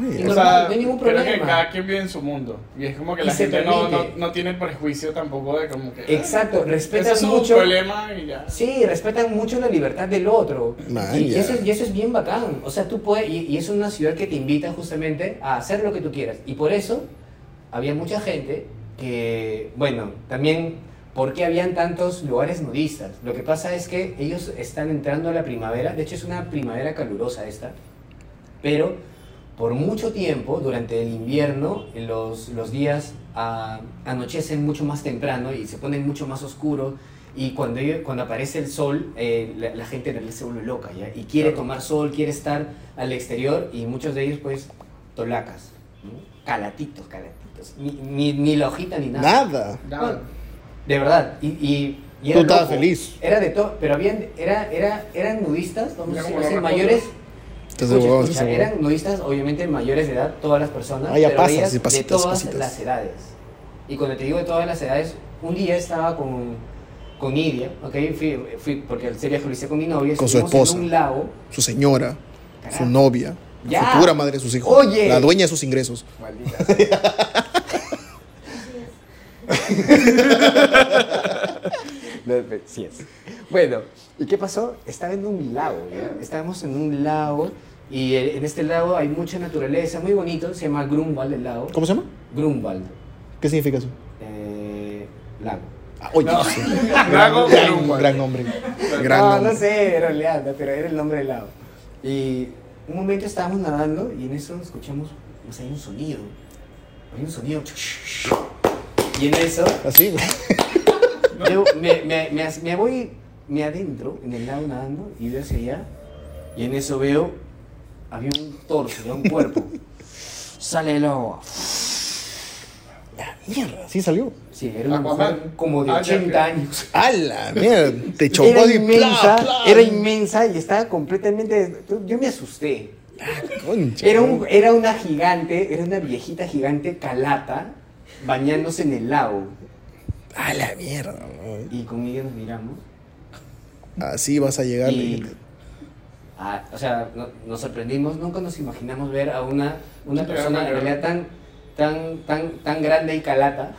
[SPEAKER 1] Uy,
[SPEAKER 3] Y
[SPEAKER 2] O
[SPEAKER 3] normal,
[SPEAKER 2] sea,
[SPEAKER 3] no hay ningún
[SPEAKER 2] Creo que
[SPEAKER 3] problema.
[SPEAKER 2] cada quien vive en su mundo. Y es como que
[SPEAKER 3] Y
[SPEAKER 2] la
[SPEAKER 3] se
[SPEAKER 2] gente no, no,
[SPEAKER 3] permite.
[SPEAKER 2] no tiene prejuicio tampoco de como que. "Ah,
[SPEAKER 3] Exacto,
[SPEAKER 2] Ese es
[SPEAKER 3] respetas
[SPEAKER 2] su
[SPEAKER 3] mucho.
[SPEAKER 2] problema y ya.
[SPEAKER 3] Sí, respetan mucho la libertad del otro.
[SPEAKER 1] Man,
[SPEAKER 3] y,
[SPEAKER 1] ya.
[SPEAKER 3] eso, es- y eso es bien bacán. O sea, tú puedes, y, y es una ciudad que te invita justamente a hacer lo que tú quieras. Y por eso había mucha gente que, bueno, también, ¿por qué habían tantos lugares nudistas? Lo que pasa es que ellos están entrando a la primavera, de hecho es una primavera calurosa esta, pero por mucho tiempo, durante el invierno, los, los días ah, anochecen mucho más temprano y se ponen mucho más oscuros. Y cuando, ello- cuando aparece el sol, eh, la, la gente en realidad se vuelve loca ¿ya? y quiere tomar sol, quiere estar al exterior y muchos de ellos pues tolacas, ¿no? calatitos, calatitos, ni, ni, ni la hojita ni nada.
[SPEAKER 1] Nada.
[SPEAKER 2] Nada.
[SPEAKER 3] De verdad. Y, y, y
[SPEAKER 1] Tú
[SPEAKER 3] era
[SPEAKER 1] estabas
[SPEAKER 3] loco.
[SPEAKER 1] feliz.
[SPEAKER 3] Era de todo, pero habían, era, era, eran nudistas, vamos
[SPEAKER 2] Era
[SPEAKER 3] a decir,
[SPEAKER 2] como
[SPEAKER 3] así,
[SPEAKER 2] la
[SPEAKER 3] mayores.
[SPEAKER 1] Entonces,
[SPEAKER 3] Escucha,
[SPEAKER 1] vamos,
[SPEAKER 3] escucha,
[SPEAKER 1] sí.
[SPEAKER 3] eran nudistas, obviamente mayores de edad, todas las personas,
[SPEAKER 1] Ah, ya
[SPEAKER 3] pero
[SPEAKER 1] pasas,
[SPEAKER 3] veías
[SPEAKER 1] sí,
[SPEAKER 3] de
[SPEAKER 1] pasitos,
[SPEAKER 3] todas
[SPEAKER 1] pasitos.
[SPEAKER 3] las edades. Y cuando te digo de todas las edades, un día estaba con, con Idia, ¿ok? Fui, fui- porque el serio lo hice con mi novia,
[SPEAKER 1] Con su
[SPEAKER 3] estuvimos
[SPEAKER 1] esposa.
[SPEAKER 3] en un lago.
[SPEAKER 1] Su señora,
[SPEAKER 3] Carajo.
[SPEAKER 1] su novia,
[SPEAKER 3] Ya.
[SPEAKER 1] la futura madre de sus hijos.
[SPEAKER 3] Oye.
[SPEAKER 1] La dueña de sus ingresos.
[SPEAKER 3] Maldita sea. No, pe- sí es. Bueno, ¿y qué pasó? Estaba en un lago, ¿ya? Estábamos en un lago y eh, en este lago hay mucha naturaleza, muy bonito, se llama Grunwald el lago.
[SPEAKER 1] ¿Cómo se llama?
[SPEAKER 3] Grunwald,
[SPEAKER 1] ¿Qué significa eso?
[SPEAKER 3] eh, lago.
[SPEAKER 1] Ah, oye,
[SPEAKER 2] No.
[SPEAKER 1] sí.
[SPEAKER 2] Drago, pero un
[SPEAKER 1] gran, gran
[SPEAKER 2] guante.
[SPEAKER 1] Ah, nombre. Gran
[SPEAKER 3] no,
[SPEAKER 1] nombre.
[SPEAKER 3] no sé, en realidad, no, pero era el nombre del lago. Y un momento estábamos nadando y en eso escuchamos, o sea, hay un sonido. Hay un sonido. Y en eso
[SPEAKER 1] Así.
[SPEAKER 3] Yo me, me, me, as- me voy, me adentro en el lago nadando y veo hacia allá. Y en eso veo, había un torso, ya un cuerpo. Sale el agua.
[SPEAKER 1] Mierda, sí salió.
[SPEAKER 3] Sí, era una
[SPEAKER 2] Aquaman.
[SPEAKER 3] mujer como de
[SPEAKER 2] Ah, ya,
[SPEAKER 3] 80
[SPEAKER 2] ya.
[SPEAKER 3] años.
[SPEAKER 1] A la mierda. Te chocó
[SPEAKER 3] Era
[SPEAKER 1] y pla,
[SPEAKER 3] inmensa,
[SPEAKER 1] pla.
[SPEAKER 3] era inmensa y estaba completamente... Yo me asusté.
[SPEAKER 1] Concha.
[SPEAKER 3] Era, un- era una gigante, era una viejita gigante calata bañándose en el lago.
[SPEAKER 1] A la mierda. man.
[SPEAKER 3] Y con ella nos miramos.
[SPEAKER 1] Así vas a llegar.
[SPEAKER 3] Y-
[SPEAKER 1] le-
[SPEAKER 3] Ah, o sea, no- nos sorprendimos, nunca nos imaginamos ver a una, una
[SPEAKER 2] Ya,
[SPEAKER 3] persona en
[SPEAKER 2] ya.
[SPEAKER 3] realidad tan, tan, tan, tan grande y calata,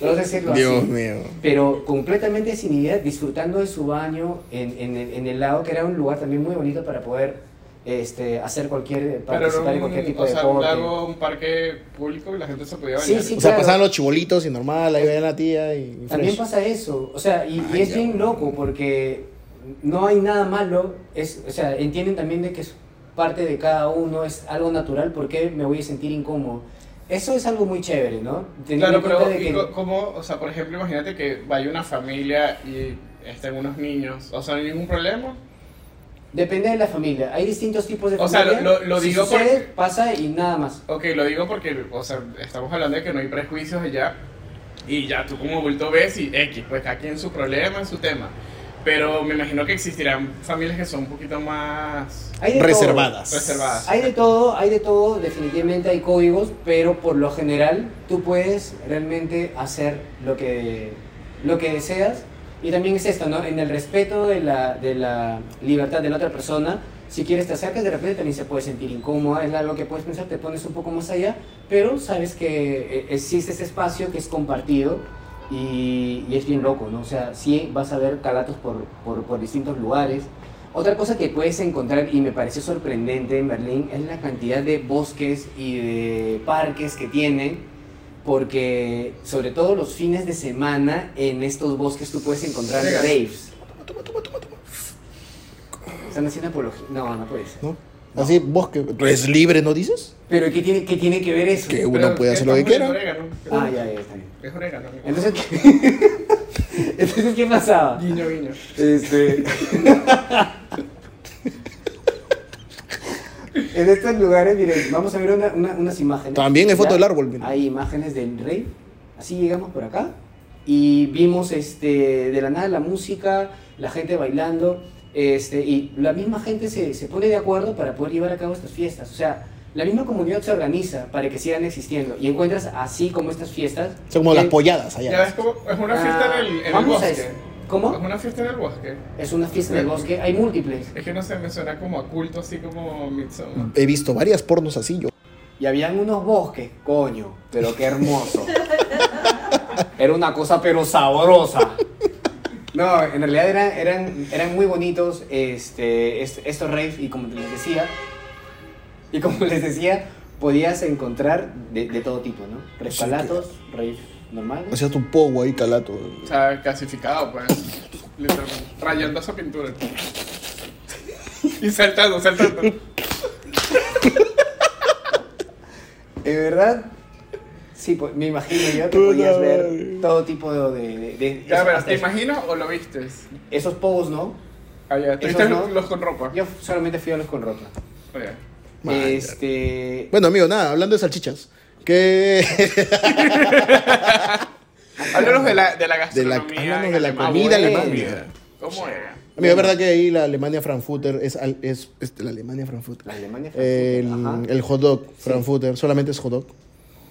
[SPEAKER 3] no decirlo
[SPEAKER 1] Dios
[SPEAKER 3] así,
[SPEAKER 1] mío.
[SPEAKER 3] pero completamente sin idea, disfrutando de su baño en, en, el- en el lago, que era un lugar también muy bonito para poder este, hacer cualquier,
[SPEAKER 2] Pero
[SPEAKER 3] participar en
[SPEAKER 2] era
[SPEAKER 3] cualquier
[SPEAKER 2] un,
[SPEAKER 3] tipo
[SPEAKER 2] o
[SPEAKER 3] de
[SPEAKER 2] sea, un
[SPEAKER 3] deporte.
[SPEAKER 2] lago, un parque público y la gente se podía bañar.
[SPEAKER 3] Sí, sí,
[SPEAKER 1] O sea,
[SPEAKER 3] claro.
[SPEAKER 1] pasaban los chibolitos y normal, ahí veían la tía y. y
[SPEAKER 3] También
[SPEAKER 1] fresh.
[SPEAKER 3] pasa eso, o sea, y, y
[SPEAKER 1] Ay,
[SPEAKER 3] es
[SPEAKER 1] ya,
[SPEAKER 3] bien
[SPEAKER 1] bueno.
[SPEAKER 3] loco porque no hay nada malo, es, o sea, entienden también de que es parte de cada uno, es algo natural, porque me voy a sentir incómodo? Eso es algo muy chévere, ¿no? Teniendo
[SPEAKER 2] Claro,
[SPEAKER 3] en cuenta
[SPEAKER 2] pero
[SPEAKER 3] de
[SPEAKER 2] ¿y
[SPEAKER 3] que-
[SPEAKER 2] co- cómo, o sea, por ejemplo, imagínate que vaya una familia y estén unos niños, o sea, no hay ningún problema.
[SPEAKER 3] depende de la familia, hay distintos tipos de
[SPEAKER 2] O sea,
[SPEAKER 3] familia.
[SPEAKER 2] lo- lo
[SPEAKER 3] Si
[SPEAKER 2] digo
[SPEAKER 3] sucede,
[SPEAKER 2] porque-
[SPEAKER 3] pasa y nada más.
[SPEAKER 2] Ok, lo digo porque, o sea, estamos hablando de que no hay prejuicios allá y ya tú como bulto ves y X, pues cada quien su problema, su tema. Pero me imagino que existirán familias que son un poquito más
[SPEAKER 3] Hay de todo.
[SPEAKER 1] Reservadas.
[SPEAKER 2] reservadas.
[SPEAKER 3] Hay de todo, hay de todo, definitivamente hay códigos, pero por lo general tú puedes realmente hacer lo que, lo que deseas. Y también es esto, ¿no? En el respeto de la, de la libertad de la otra persona Si quieres te acercas, de repente también se puede sentir incómoda, es algo que puedes pensar, te pones un poco más allá, pero sabes que eh, existe ese espacio que es compartido y, y es bien loco, ¿no? O sea, sí vas a ver calatos por, por, por distintos lugares. Otra cosa que puedes encontrar y me pareció sorprendente en Berlín es la cantidad de bosques y de parques que tienen, porque sobre todo los fines de semana en estos bosques tú puedes encontrar
[SPEAKER 1] Venga.
[SPEAKER 3] raves. Están haciendo apología. No, no puedes.
[SPEAKER 1] ¿no? Así, bosque. Es libre, ¿no dices?
[SPEAKER 3] Pero ¿qué tiene, qué tiene que ver eso?
[SPEAKER 1] Que uno puede hacer lo que quiera.
[SPEAKER 3] Ah, ya, ya, está bien.
[SPEAKER 2] Es orégano. amigo.
[SPEAKER 3] Entonces, ¿qué, Entonces, ¿qué pasaba?
[SPEAKER 2] Guiño, guiño.
[SPEAKER 3] Este. en estos lugares, miren, vamos a ver una- una- unas imágenes.
[SPEAKER 1] También hay foto
[SPEAKER 3] Ya,
[SPEAKER 1] del árbol, miren.
[SPEAKER 3] Hay imágenes del rey. Así llegamos por acá. Y vimos este, de la nada la música, la gente bailando. Este, y la misma gente se, se pone de acuerdo para poder llevar a cabo estas fiestas. O sea, la misma comunidad se organiza para que sigan existiendo. Y encuentras así como estas fiestas.
[SPEAKER 1] Son como las
[SPEAKER 3] que-
[SPEAKER 1] polladas
[SPEAKER 2] Ya ves
[SPEAKER 1] allá.
[SPEAKER 2] como es una
[SPEAKER 3] Ah,
[SPEAKER 2] fiesta en el, en el
[SPEAKER 3] vamos a
[SPEAKER 2] bosque.
[SPEAKER 3] eso. ¿Cómo?
[SPEAKER 2] Es una fiesta en el bosque.
[SPEAKER 3] Es una fiesta en el bosque, hay múltiples.
[SPEAKER 2] Es que no sé, me suena como a culto, así como
[SPEAKER 3] Mm.
[SPEAKER 2] Midsommar.
[SPEAKER 1] He visto varias pornos así yo.
[SPEAKER 3] Y habían unos bosques, coño, pero qué hermoso. Era una cosa pero sabrosa. No, en realidad eran, eran, eran muy bonitos este, est- estos raves y como les decía, y como les decía, podías encontrar de, de todo tipo, ¿no? Rescalatos, raves normales.
[SPEAKER 1] Hacías tu pogo ahí, calato.
[SPEAKER 2] O sea, clasificado, pues. Literalmente. Rayando esa pintura. Y saltando, saltando.
[SPEAKER 3] De verdad, sí, pues, me imagino yo que podías ver
[SPEAKER 1] madre.
[SPEAKER 3] todo tipo de... de- de-
[SPEAKER 2] Ya, pero,
[SPEAKER 3] hasta
[SPEAKER 2] ¿te imaginas o lo vistes?
[SPEAKER 3] esos pogos, ¿no?
[SPEAKER 2] Allá, ¿tuviste
[SPEAKER 3] Esos no.
[SPEAKER 2] los, los con ropa?
[SPEAKER 3] Yo solamente fui a los con ropa.
[SPEAKER 2] Allá.
[SPEAKER 1] Vaya.
[SPEAKER 3] Este.
[SPEAKER 1] Bueno, amigo, nada, hablando de salchichas. Que. Ah,
[SPEAKER 2] Háblanos de la, de la gastronomía.
[SPEAKER 1] háblanos
[SPEAKER 2] en
[SPEAKER 1] de la
[SPEAKER 2] Alemania.
[SPEAKER 1] comida
[SPEAKER 2] Bueno,
[SPEAKER 1] alemana.
[SPEAKER 2] ¿Cómo era?
[SPEAKER 1] Amigo, es verdad que ahí la Alemania Frankfurter es, al- es, es la Alemania Frankfurter.
[SPEAKER 3] La Alemania Frankfurter, ajá.
[SPEAKER 1] El, el hot dog Frankfurter, solamente es hot dog.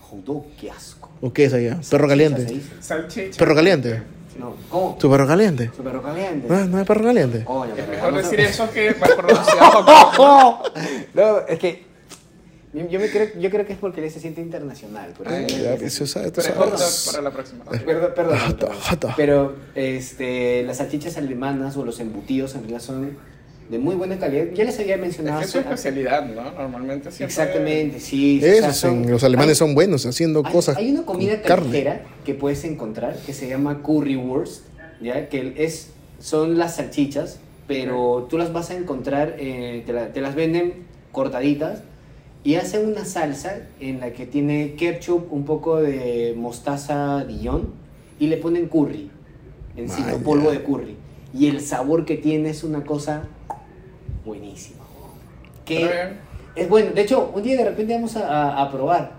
[SPEAKER 3] Jodó, qué asco.
[SPEAKER 1] ¿O qué es allá? Perro
[SPEAKER 3] Se
[SPEAKER 1] caliente.
[SPEAKER 3] dice.
[SPEAKER 2] Salchicha.
[SPEAKER 1] Perro caliente.
[SPEAKER 3] No, ¿cómo?
[SPEAKER 1] ¿Tu perro caliente? Ah,
[SPEAKER 3] Su perro caliente.
[SPEAKER 1] No, no es perro caliente.
[SPEAKER 3] Coño,
[SPEAKER 2] Es
[SPEAKER 3] pero
[SPEAKER 1] Ah,
[SPEAKER 2] mejor
[SPEAKER 3] vamos a-
[SPEAKER 2] decir eso que más pronunciado.
[SPEAKER 3] ¡No! No, es que. Yo, yo me creo, yo creo que es porque él se siente internacional. por
[SPEAKER 1] Ay,
[SPEAKER 3] eso.
[SPEAKER 1] ya, pues, eso sabe, tú
[SPEAKER 2] Pero es
[SPEAKER 1] sabes.
[SPEAKER 2] hot dog para la próxima.
[SPEAKER 3] Perdón, perdón,
[SPEAKER 1] Jota,
[SPEAKER 3] perdón.
[SPEAKER 1] jota.
[SPEAKER 3] Pero este, las salchichas alemanas o los embutidos en realidad son de muy buena calidad. Ya les había mencionado.
[SPEAKER 2] Es que es tu
[SPEAKER 3] hace-
[SPEAKER 2] especialidad, ¿no? Normalmente siempre.
[SPEAKER 3] Exactamente, sí. o sea,
[SPEAKER 1] Esos,
[SPEAKER 3] son-
[SPEAKER 1] en- los alemanes
[SPEAKER 3] hay-
[SPEAKER 1] son buenos haciendo
[SPEAKER 3] Hay-
[SPEAKER 1] cosas.
[SPEAKER 3] Hay, una comida
[SPEAKER 1] con carne.
[SPEAKER 3] callejera que puedes encontrar que se llama currywurst, ¿ya? Que es, son las salchichas, pero tú las vas a encontrar, eh, te, la- te las venden cortaditas y hacen una salsa en la que tiene ketchup, un poco de mostaza Dijon y le ponen curry encima,
[SPEAKER 1] Vaya.
[SPEAKER 3] polvo de curry. Y el sabor que tiene es una cosa buenísima. Que
[SPEAKER 2] Está bien.
[SPEAKER 3] es bueno, de hecho, un día de repente vamos a, a- a probar.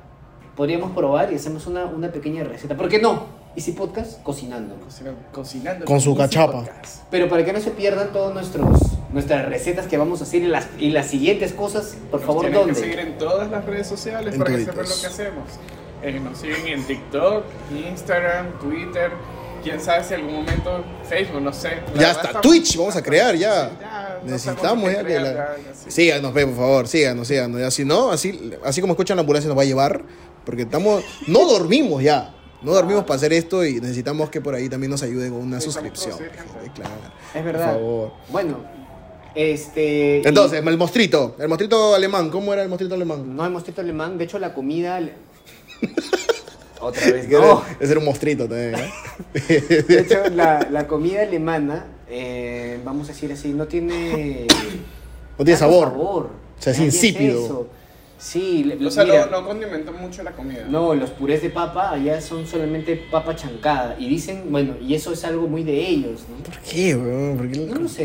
[SPEAKER 3] Podríamos probar y hacemos una, una pequeña receta. ¿Por qué no? Y si podcast, cocinando.
[SPEAKER 2] Cocinando. cocinando
[SPEAKER 1] Con su cachapa.
[SPEAKER 2] podcast.
[SPEAKER 3] Pero para que no se pierdan todos nuestros nuestras recetas que vamos a hacer y las, y las siguientes cosas, por
[SPEAKER 2] Nos
[SPEAKER 3] favor,
[SPEAKER 2] tienen que seguir
[SPEAKER 3] ¿dónde?
[SPEAKER 2] en todas las redes sociales
[SPEAKER 1] En
[SPEAKER 2] para que
[SPEAKER 1] toditas.
[SPEAKER 2] sepan lo que hacemos. Eh, nos siguen en TikTok, Instagram, Twitter. Quién sabe si en algún momento Facebook, no sé. La verdad,
[SPEAKER 1] hasta
[SPEAKER 2] estamos-
[SPEAKER 1] Twitch vamos a crear, ya.
[SPEAKER 2] Sí, ya, no
[SPEAKER 1] Necesitamos
[SPEAKER 2] sabemos
[SPEAKER 1] ya
[SPEAKER 2] qué
[SPEAKER 1] que
[SPEAKER 2] crear,
[SPEAKER 1] la...
[SPEAKER 2] ya, ya, sí.
[SPEAKER 1] Síganos, ve, por favor, síganos, síganos. Ya, si no, así, así como escuchan la ambulancia nos va a llevar, porque estamos... No dormimos ya. No dormimos para hacer esto y necesitamos que por ahí también nos ayuden con una
[SPEAKER 2] Necesitamos
[SPEAKER 1] suscripción.
[SPEAKER 2] producir,
[SPEAKER 1] por
[SPEAKER 2] gente.
[SPEAKER 1] favor,
[SPEAKER 3] Es
[SPEAKER 1] Por
[SPEAKER 3] verdad.
[SPEAKER 1] favor.
[SPEAKER 3] Bueno, este. y-
[SPEAKER 1] Entonces, el mostrito. El mostrito alemán. ¿Cómo era el mostrito alemán?
[SPEAKER 3] no hemos tito alemán. De hecho, la comida. ale- Otra vez,
[SPEAKER 1] Ese
[SPEAKER 3] no.
[SPEAKER 1] era- Ese era un mostrito también. ¿eh?
[SPEAKER 3] De hecho, la, la comida alemana, eh, vamos a decir así, no tiene.
[SPEAKER 1] No tiene
[SPEAKER 3] tanto
[SPEAKER 1] sabor.
[SPEAKER 3] O
[SPEAKER 1] O sea, es insípido.
[SPEAKER 3] Sí, le-
[SPEAKER 2] O sea,
[SPEAKER 3] mira,
[SPEAKER 2] no, no condimentan mucho la comida.
[SPEAKER 3] no, los purés de papa allá son solamente papa chancada. Y dicen, bueno, y eso es algo muy de ellos, ¿no?
[SPEAKER 1] ¿Por qué, weón? ¿Por qué?
[SPEAKER 3] No lo sé.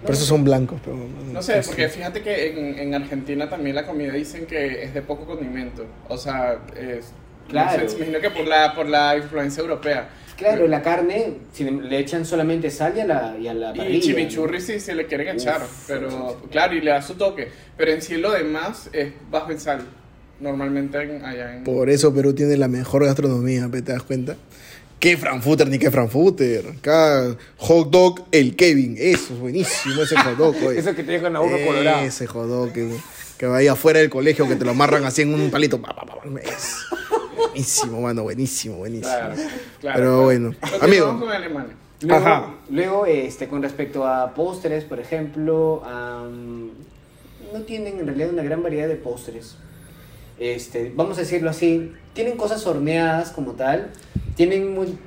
[SPEAKER 3] No
[SPEAKER 1] Por eso
[SPEAKER 3] lo
[SPEAKER 1] son blancos, pero...
[SPEAKER 2] No sé, porque fíjate que en, en Argentina también la comida dicen que es de poco condimento. O sea, es,
[SPEAKER 3] Claro.
[SPEAKER 2] no sé, me imagino que por la, por la influencia europea.
[SPEAKER 3] sé. Claro, la carne, si le, le echan solamente sal y a la, y a la parrilla.
[SPEAKER 2] Y chimichurri sí se le quieren
[SPEAKER 3] Uf.
[SPEAKER 2] echar, pero claro, y le da su toque. Pero en sí lo demás es bajo en sal, normalmente en- allá en...
[SPEAKER 1] Por eso Perú tiene la mejor gastronomía, pe, ¿te das cuenta? Qué Frankfurter ni qué Frankfurter. Acá, hot dog, el Kevin. Eso es buenísimo, ese hot dog, oye.
[SPEAKER 3] Eso que te deja con la boca colorada.
[SPEAKER 1] Ese hot dog que, que va ahí afuera del colegio, que te lo amarran así en un palito. Pa, pa, pa, pa. Es buenísimo, mano, buenísimo, buenísimo.
[SPEAKER 2] Claro, claro.
[SPEAKER 1] Pero bueno.
[SPEAKER 2] Continuamos
[SPEAKER 1] Amigo.
[SPEAKER 2] con Alemania.
[SPEAKER 3] Luego,
[SPEAKER 1] Ajá.
[SPEAKER 3] luego, este, con respecto a postres, por ejemplo, am, no tienen en realidad una gran variedad de postres. Este, vamos a decirlo así, tienen cosas horneadas como tal, tienen muy...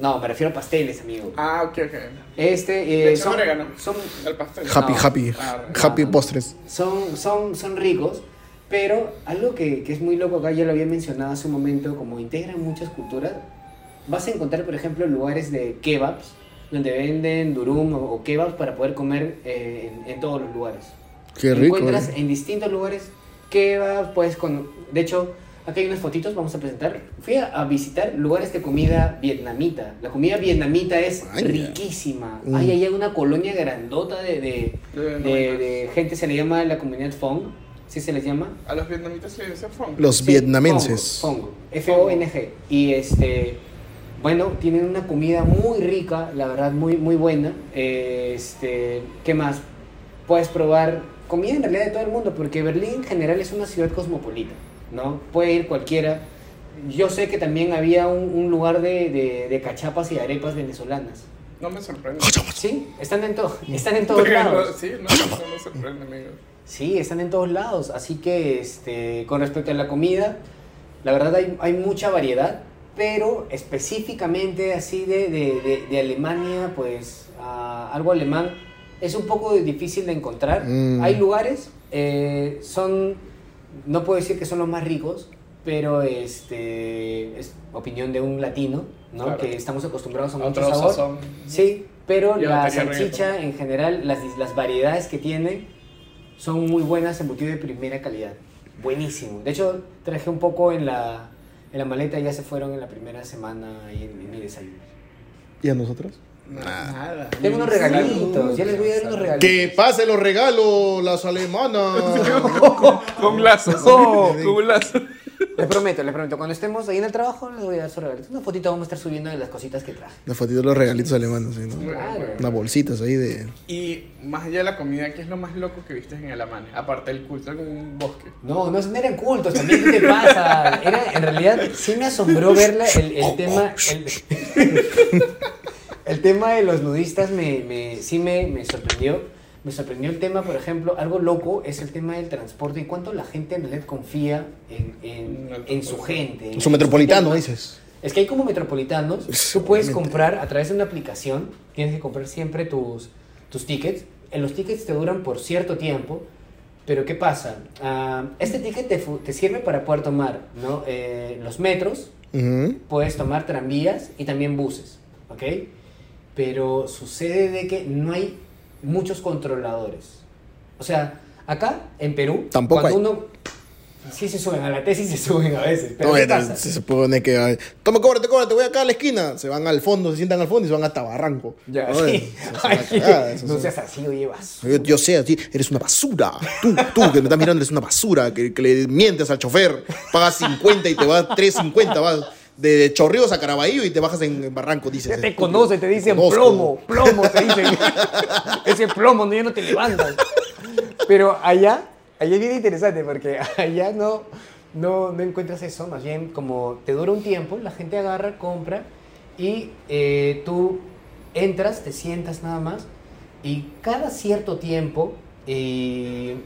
[SPEAKER 3] No, me refiero a pasteles, amigo.
[SPEAKER 2] Ah, ok, ok.
[SPEAKER 3] Este, eh,
[SPEAKER 2] Le echan
[SPEAKER 3] son,
[SPEAKER 2] orégano.
[SPEAKER 3] son,
[SPEAKER 2] El pastel.
[SPEAKER 1] Happy,
[SPEAKER 3] No.
[SPEAKER 1] happy,
[SPEAKER 2] Ah,
[SPEAKER 1] happy
[SPEAKER 3] no.
[SPEAKER 1] postres.
[SPEAKER 3] son, son, son ricos, pero algo que, que es muy loco acá, yo lo había mencionado hace un momento, como integran muchas culturas, vas a encontrar, por ejemplo, lugares de kebabs, donde venden durum o, o kebabs para poder comer eh, en, en todos los lugares.
[SPEAKER 1] Qué rico.
[SPEAKER 3] Encuentras
[SPEAKER 1] eh.
[SPEAKER 3] en distintos lugares kebabs, pues con... De hecho, acá hay unas fotitos, vamos a presentar. Fui a, a visitar lugares de comida vietnamita. La comida vietnamita es
[SPEAKER 1] Vaya.
[SPEAKER 3] riquísima.
[SPEAKER 1] Mm.
[SPEAKER 3] Ahí hay una colonia grandota de- de,
[SPEAKER 2] De-
[SPEAKER 3] de, de gente se le llama la comunidad Fong, ¿sí se les llama?
[SPEAKER 2] A los vietnamitas se les dice funk.
[SPEAKER 1] Los
[SPEAKER 3] Sí,
[SPEAKER 1] vietnamenses.
[SPEAKER 3] Fong, Fong, F-O-N-G. Y este, bueno, tienen una comida muy rica, la verdad, muy, muy buena. Este, ¿qué más? Puedes probar comida en realidad de todo el mundo, porque Berlín en general es una ciudad cosmopolita, ¿no? Puede ir cualquiera. Yo sé que también había un, un lugar de, de, de cachapas y arepas venezolanas.
[SPEAKER 2] No me sorprende.
[SPEAKER 3] Sí, están en, to- están en todos lados.
[SPEAKER 2] Sí, no, eso me sorprende, amigo.
[SPEAKER 3] Sí, están en todos lados. Así que este, con respecto a la comida, la verdad hay, hay mucha variedad, pero específicamente así de, de- de- de Alemania, pues ah, algo alemán es un poco difícil de encontrar.
[SPEAKER 1] Mm.
[SPEAKER 3] Hay lugares, eh, son, no puedo decir que son los más ricos, pero este, es opinión de un latino, ¿no?
[SPEAKER 2] Claro.
[SPEAKER 3] que estamos acostumbrados a mucho
[SPEAKER 2] Otro
[SPEAKER 3] sabor.
[SPEAKER 2] sazón.
[SPEAKER 3] Sí, pero
[SPEAKER 2] Yo
[SPEAKER 3] la
[SPEAKER 2] tenía
[SPEAKER 3] salchicha en general, las, las variedades que tiene son muy buenas, embutido de primera calidad. Buenísimo. De hecho, traje un poco en la, en la maleta, ya se fueron en la primera semana ahí en, en mi desayuno.
[SPEAKER 1] ¿Y a nosotros?
[SPEAKER 2] Nada.
[SPEAKER 3] Tengo unos regalitos, ya les voy a dar unos regalitos.
[SPEAKER 1] Que pase los regalos, las alemanas.
[SPEAKER 2] Con lazos.
[SPEAKER 3] Oh.
[SPEAKER 2] Con lazos.
[SPEAKER 3] Les prometo, les prometo, cuando estemos ahí en el trabajo les voy a dar sus regalitos. Una fotito vamos a estar subiendo de las cositas que traje.
[SPEAKER 1] La fotito de los regalitos alemanos, ¿sí, ¿no?
[SPEAKER 3] Claro.
[SPEAKER 1] Unas bolsitas ahí de.
[SPEAKER 2] Y más allá de la comida, ¿qué es lo más loco que viste en Alemania? Aparte del culto en un bosque.
[SPEAKER 3] No, no no eran cultos, también ¿qué te pasa. Era, en realidad sí me asombró verla el, el tema. El, el tema de los nudistas me, me- sí me, me sorprendió. Me sorprendió el tema, por ejemplo, algo loco es el tema del transporte y cuánto la gente en realidad confía en, en- en su gente. en
[SPEAKER 1] Su metropolitano,
[SPEAKER 3] tema.
[SPEAKER 1] dices.
[SPEAKER 3] Es que hay como metropolitanos, tú puedes comprar a través de una aplicación, tienes que comprar siempre tus, tus tickets, Eh, los tickets te duran por cierto tiempo, pero ¿qué pasa? Ah, este ticket te, fu- te sirve para poder tomar ¿no? Eh, los metros,
[SPEAKER 1] Ujú.
[SPEAKER 3] puedes tomar tranvías y también buses, ¿ok? Pero sucede de que no hay muchos controladores. O sea, acá en Perú,
[SPEAKER 1] Tampoco
[SPEAKER 3] cuando
[SPEAKER 1] hay.
[SPEAKER 3] uno... Sí se suben, a la tesis se suben a veces, pero
[SPEAKER 1] No,
[SPEAKER 3] ¿qué
[SPEAKER 1] era-
[SPEAKER 3] pasa?
[SPEAKER 1] se supone que. ay, Toma, cóbrate, cóbrate, voy acá a la esquina. Se van al fondo, se sientan al fondo y se van hasta Barranco.
[SPEAKER 3] Ya,
[SPEAKER 1] Oye,
[SPEAKER 3] sí.
[SPEAKER 1] eso es una
[SPEAKER 3] Ay,
[SPEAKER 1] cagada, eso
[SPEAKER 3] no
[SPEAKER 1] es-
[SPEAKER 3] seas así, oye, vas.
[SPEAKER 1] Yo, yo sé, a ti, eres una basura. Tú, tú que me estás mirando, eres una basura. Que, que le mientes al chofer, pagas 50 y te vas 3.50. Vas de, de Chorrillos a Caraballo y te bajas en, en Barranco, dices.
[SPEAKER 3] Ya te
[SPEAKER 1] estúpido.
[SPEAKER 3] conocen, te dicen
[SPEAKER 1] Conozco.
[SPEAKER 3] plomo, plomo, te dicen. Ese plomo, no, ya no te levantas. Pero allá, allá es bien interesante porque allá no, no, no encuentras eso, más bien como te dura un tiempo, la gente agarra, compra y eh, tú entras, te sientas nada más y cada cierto tiempo eh,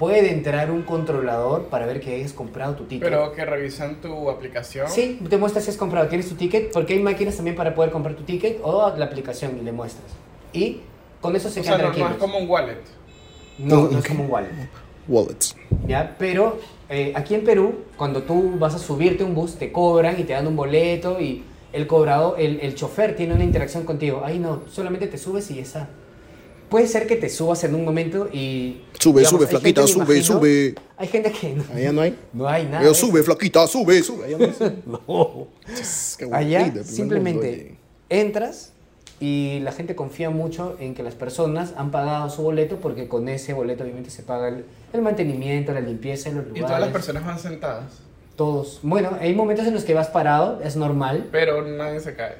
[SPEAKER 3] puede entrar un controlador para ver que hayas comprado tu ticket.
[SPEAKER 2] Pero que revisan tu aplicación.
[SPEAKER 3] Sí, te muestra si has comprado, tienes tu ticket, porque hay máquinas también para poder comprar tu ticket o la aplicación y le muestras. Y con eso se
[SPEAKER 2] O sea,
[SPEAKER 3] quedan
[SPEAKER 2] no, no
[SPEAKER 3] tranquilos.
[SPEAKER 2] es como un wallet.
[SPEAKER 3] No, no es
[SPEAKER 1] Ok.
[SPEAKER 3] como un wallet.
[SPEAKER 1] Wallets.
[SPEAKER 3] ¿ya? Pero eh, aquí en Perú, cuando tú vas a subirte a un bus, te cobran y te dan un boleto y el cobrado, el, el chofer tiene una interacción contigo. Ahí no, solamente te subes y ya está. Puede ser que te subas en un momento y...
[SPEAKER 1] Sube,
[SPEAKER 3] digamos,
[SPEAKER 1] sube,
[SPEAKER 3] hay gente,
[SPEAKER 1] flaquita,
[SPEAKER 3] me
[SPEAKER 1] sube,
[SPEAKER 3] imagino-
[SPEAKER 1] sube.
[SPEAKER 3] Hay gente que no,
[SPEAKER 1] Allá no hay.
[SPEAKER 3] no hay nada.
[SPEAKER 1] Yo,
[SPEAKER 3] de
[SPEAKER 1] sube, flaquita, sube, sube. Allá no hay.
[SPEAKER 3] eso.
[SPEAKER 1] Qué aburrido, el
[SPEAKER 3] Allá
[SPEAKER 1] primer
[SPEAKER 3] simplemente
[SPEAKER 1] mundo, oye.
[SPEAKER 3] entras y la gente confía mucho en que las personas han pagado su boleto porque con ese boleto obviamente se paga el, el mantenimiento, la limpieza en los
[SPEAKER 2] Y
[SPEAKER 3] lugares.
[SPEAKER 2] todas las personas van sentadas.
[SPEAKER 3] Todos. Bueno, hay momentos en los que vas parado, es normal.
[SPEAKER 2] Pero nadie se cae.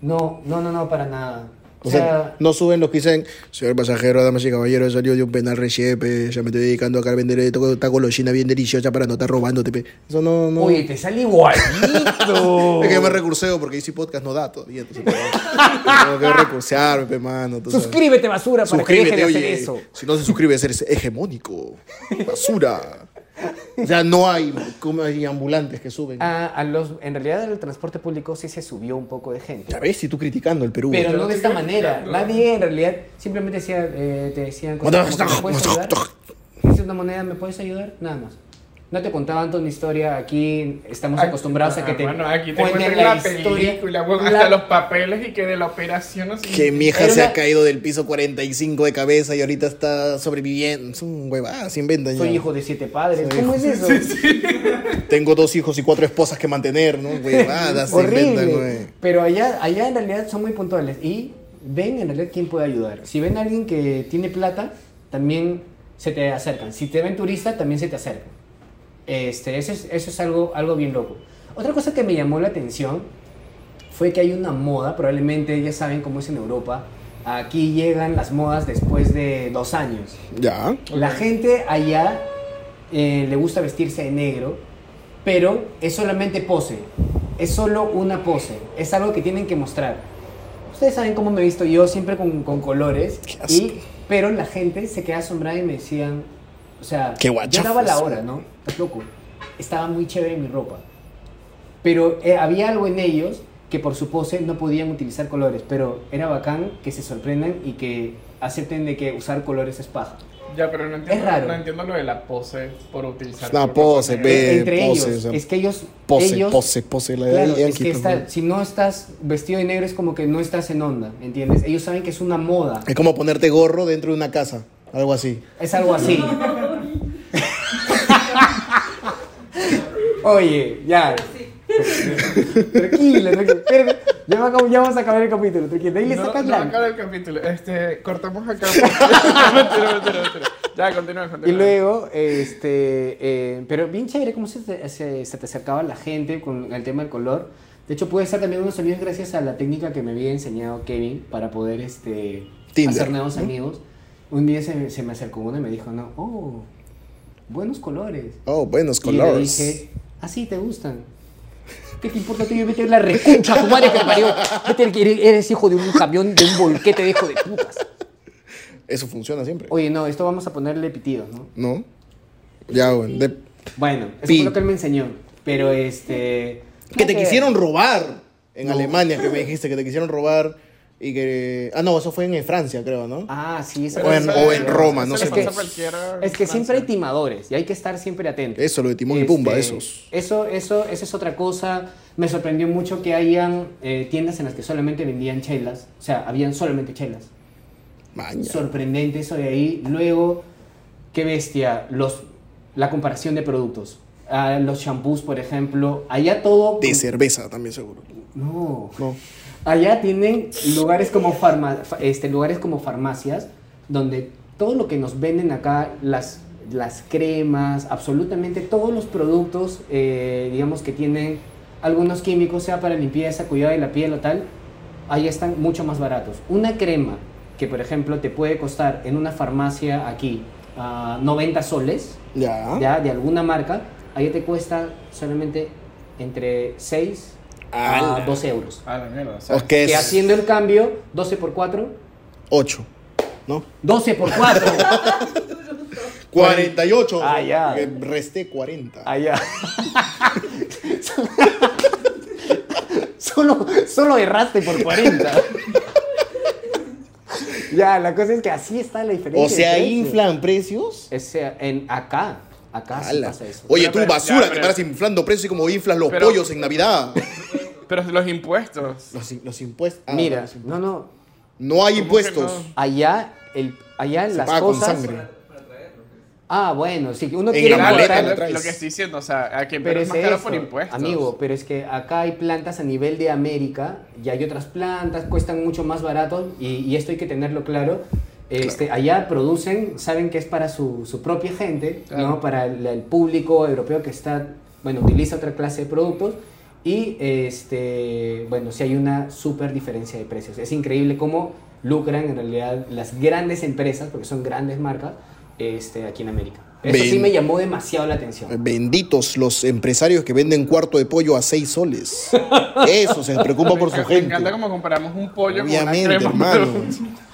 [SPEAKER 3] No, no, no, no, para nada.
[SPEAKER 1] O sea, no suben los que dicen, señor pasajero, damas y caballeros, he salido de un penal recién, pe, ya me estoy dedicando acá a vender taco, taco golosina bien deliciosa para no estar robándote, pe. Eso no, no.
[SPEAKER 3] Oye, te sale igualito.
[SPEAKER 1] Es que yo me recurseo porque si podcast no da todavía, entonces tengo que recursearme, pe, mano. tú sabes.
[SPEAKER 3] Suscríbete, basura, para que
[SPEAKER 1] Suscríbete,
[SPEAKER 3] deje de
[SPEAKER 1] oye.
[SPEAKER 3] hacer eso.
[SPEAKER 1] Si no se suscribe, eres hegemónico. Basura. O sea, no hay, como hay ambulantes que suben.
[SPEAKER 3] A, a los, en realidad, en el transporte público sí se subió un poco de gente.
[SPEAKER 1] Ya ves, si tú criticando el Perú.
[SPEAKER 3] Pero
[SPEAKER 2] Pero
[SPEAKER 3] no de
[SPEAKER 2] sí
[SPEAKER 3] esta
[SPEAKER 2] que-
[SPEAKER 3] manera.
[SPEAKER 2] claro.
[SPEAKER 3] Nadie en realidad simplemente decía, eh, te decían cosas como que, "¿Me puedes ayudar? ¿Tienes una moneda? ¿Me puedes ayudar? Nada más. No te contaban toda una historia. Aquí estamos
[SPEAKER 2] Aquí-
[SPEAKER 3] acostumbrados a que te
[SPEAKER 2] Ah, Bueno, aquí te
[SPEAKER 3] cuenten
[SPEAKER 2] cuentan la película, huevón,
[SPEAKER 3] la-
[SPEAKER 2] hasta los papeles y que de la operación así.
[SPEAKER 1] Que mi hija
[SPEAKER 3] Era
[SPEAKER 1] se
[SPEAKER 3] una-
[SPEAKER 1] ha caído del piso 45 de cabeza y ahorita está sobreviviendo. Es un huevada, se inventan
[SPEAKER 3] Soy
[SPEAKER 1] ya.
[SPEAKER 3] hijo de siete padres.
[SPEAKER 1] Soy
[SPEAKER 3] ¿Cómo es eso?
[SPEAKER 1] Tengo dos hijos y cuatro esposas que mantener, ¿no? Huevadas se inventan,
[SPEAKER 3] Horrible.
[SPEAKER 1] güey.
[SPEAKER 3] Pero allá, allá en realidad son muy puntuales. Y ven en realidad quién puede ayudar. Si ven a alguien que tiene plata, también se te acercan. Si te ven turista, también se te acercan. Este, eso es, eso es algo, algo bien loco. Otra cosa que me llamó la atención fue que hay una moda, probablemente ya saben cómo es en Europa. Aquí llegan las modas después de dos años.
[SPEAKER 1] Ya.
[SPEAKER 3] La
[SPEAKER 2] Ok.
[SPEAKER 3] gente allá eh, le gusta vestirse de negro, pero es solamente pose. Es solo una pose. Es algo que tienen que mostrar. Ustedes saben cómo me he visto yo, siempre con, con colores.
[SPEAKER 1] Qué asco.
[SPEAKER 3] Y, pero la gente se queda asombrada y me decían, o sea,
[SPEAKER 1] Qué
[SPEAKER 3] yo daba la
[SPEAKER 1] guachafos.
[SPEAKER 3] hora, ¿no? Estás loco. Estaba muy chévere mi ropa. Pero eh, había algo en ellos que por su pose no podían utilizar colores, pero era bacán que se sorprendan y que acepten de que usar colores es paja.
[SPEAKER 2] Ya, pero no entiendo,
[SPEAKER 3] Es raro.
[SPEAKER 2] no entiendo lo de la pose por utilizar.
[SPEAKER 1] Es una
[SPEAKER 2] por
[SPEAKER 1] pose,
[SPEAKER 2] poner-
[SPEAKER 1] ve. Eh,
[SPEAKER 3] E-, entre
[SPEAKER 1] pose,
[SPEAKER 3] ellos.
[SPEAKER 1] o sea,
[SPEAKER 3] es que ellos.
[SPEAKER 1] Pose,
[SPEAKER 3] ellos-
[SPEAKER 1] pose, pose. La de
[SPEAKER 3] Claro, es
[SPEAKER 1] Yankee,
[SPEAKER 3] que
[SPEAKER 1] pues,
[SPEAKER 3] está-
[SPEAKER 1] ¿no?
[SPEAKER 3] si no estás vestido de negro es como que no estás en onda, ¿entiendes? Ellos saben que es una moda,
[SPEAKER 1] Es como ponerte gorro dentro de una casa. Algo así.
[SPEAKER 3] es algo así. Oye, ya. tranquilo, tranquilo. Espérate, Ya, va- ya vamos a acabar el capítulo, tranquilo. De ahí le
[SPEAKER 2] No,
[SPEAKER 3] sacas
[SPEAKER 2] no,
[SPEAKER 3] la-
[SPEAKER 2] acaba el capítulo. Este, cortamos acá. mentira, mentira, mentira. Ya, continúa, continúa.
[SPEAKER 3] Y luego, este, eh, pero bien chévere cómo se te, se- se te acercaba la gente con el tema del color. De hecho, pude hacer también unos sonidos gracias a la técnica que me había enseñado Kevin para poder este,
[SPEAKER 1] Tinder,
[SPEAKER 3] hacer nuevos amigos. Un día se, se me acercó uno y me dijo, no, oh, buenos colores.
[SPEAKER 1] Oh, buenos
[SPEAKER 3] Y le
[SPEAKER 1] colores.
[SPEAKER 3] dije, así te gustan. ¿Qué te importa a ti? Vete a la recucha, a tu madre que te parió. Vete, al que eres- eres hijo de un camión, de un volquete de hijo de putas.
[SPEAKER 1] Eso funciona siempre.
[SPEAKER 3] Oye, no, esto vamos a ponerle pitidos, ¿no?
[SPEAKER 1] ¿No? Ya, güey. de-
[SPEAKER 3] Bueno, eso
[SPEAKER 1] Pi.
[SPEAKER 3] fue lo que él me enseñó. Pero este.
[SPEAKER 1] Que te
[SPEAKER 3] Ok.
[SPEAKER 1] quisieron robar en
[SPEAKER 3] No.
[SPEAKER 1] Alemania, que me dijiste que te quisieron robar y que... Ah, no, eso fue en eh, Francia, creo, ¿no?
[SPEAKER 3] Ah, sí, eso
[SPEAKER 2] Pero
[SPEAKER 1] O en-
[SPEAKER 2] eso-
[SPEAKER 1] o en Roma,
[SPEAKER 2] eso
[SPEAKER 1] no
[SPEAKER 2] le
[SPEAKER 1] sé
[SPEAKER 2] pasa
[SPEAKER 1] qué.
[SPEAKER 2] a cualquiera
[SPEAKER 3] Es que siempre hay
[SPEAKER 2] Francia.
[SPEAKER 3] timadores y hay que estar siempre atento. Este,
[SPEAKER 1] Eso, lo de Timón y Pumba, esos.
[SPEAKER 3] Eso, eso, eso es otra cosa. Me sorprendió mucho que hayan eh, tiendas en las que solamente vendían chelas. O sea, habían solamente chelas.
[SPEAKER 1] Maña.
[SPEAKER 3] Sorprendente eso de ahí. Luego, qué bestia, los, la comparación de productos. Ah, los shampoos, por ejemplo. Allá todo.
[SPEAKER 1] De cerveza también seguro.
[SPEAKER 3] No.
[SPEAKER 1] No.
[SPEAKER 3] Allá tienen lugares como, farma- fa- este, lugares como farmacias, donde todo lo que nos venden acá, las, las cremas, absolutamente todos los productos, eh, digamos que tienen algunos químicos, sea para limpieza, cuidado de la piel o tal, ahí están mucho más baratos. Una crema que, por ejemplo, te puede costar en una farmacia aquí ah, 90 soles,
[SPEAKER 1] Ya.
[SPEAKER 3] ya, de alguna marca, ahí te cuesta solamente entre 6 a
[SPEAKER 1] Ala.
[SPEAKER 3] 12 euros.
[SPEAKER 2] Ah, la mierda. o sea,
[SPEAKER 1] O que
[SPEAKER 3] Que
[SPEAKER 1] es
[SPEAKER 3] haciendo el cambio, 12 por 4,
[SPEAKER 1] 8. ¿No?
[SPEAKER 3] 12 por 4.
[SPEAKER 1] 48.
[SPEAKER 3] Ah, ya.
[SPEAKER 1] porque Eh, Resté 40.
[SPEAKER 3] Allá. solo, solo erraste por 40. ya, la cosa es que así está la diferencia.
[SPEAKER 1] o sea,
[SPEAKER 3] de precio.
[SPEAKER 1] inflan precios.
[SPEAKER 3] O sea, en, acá, acá sí
[SPEAKER 1] Ala.
[SPEAKER 3] pasa eso.
[SPEAKER 1] Oye,
[SPEAKER 2] Pero,
[SPEAKER 1] tú
[SPEAKER 2] pero,
[SPEAKER 1] basura,
[SPEAKER 2] ya,
[SPEAKER 1] que
[SPEAKER 2] pero-
[SPEAKER 1] paras inflando precios como inflas los
[SPEAKER 2] Pero-
[SPEAKER 1] pollos en Navidad.
[SPEAKER 2] Pero los impuestos.
[SPEAKER 1] Los, in- los impuestos. ah,
[SPEAKER 3] Mira,
[SPEAKER 1] los impuestos.
[SPEAKER 3] no, no,
[SPEAKER 1] No hay
[SPEAKER 2] ¿Cómo que
[SPEAKER 1] impuestos.
[SPEAKER 2] no?
[SPEAKER 3] allá, el, allá
[SPEAKER 1] Se
[SPEAKER 3] las
[SPEAKER 1] paga con
[SPEAKER 3] cosas...
[SPEAKER 1] sangre.
[SPEAKER 3] Ah, bueno, sí, uno
[SPEAKER 1] En
[SPEAKER 3] quiere
[SPEAKER 1] la maleta
[SPEAKER 3] cortar-
[SPEAKER 1] lo
[SPEAKER 2] lo,
[SPEAKER 1] traes.
[SPEAKER 2] lo que estoy diciendo, o sea, a quien
[SPEAKER 3] Pero
[SPEAKER 2] pero es
[SPEAKER 3] es
[SPEAKER 2] más caro
[SPEAKER 3] eso,
[SPEAKER 2] por impuestos.
[SPEAKER 3] Amigo, pero es que acá hay plantas a nivel de América y hay otras plantas, cuestan mucho más barato y, y esto hay que tenerlo claro. Este, Allá producen, saben que es para su, su propia gente,
[SPEAKER 2] Claro.
[SPEAKER 3] ¿no? para el, el público europeo que está bueno, utiliza otra clase de productos y, este, bueno, sí hay una súper diferencia de precios. Es increíble cómo lucran en realidad las grandes empresas, porque son grandes marcas, este, aquí en América. Eso sí
[SPEAKER 1] Ven.
[SPEAKER 3] me llamó demasiado la atención.
[SPEAKER 1] Benditos los empresarios que venden cuarto de pollo a seis soles. Eso, se preocupa por su
[SPEAKER 2] Me encanta- Me
[SPEAKER 1] gente.
[SPEAKER 2] encanta como comparamos un pollo
[SPEAKER 1] Obviamente,
[SPEAKER 2] con una crema.
[SPEAKER 1] hermano.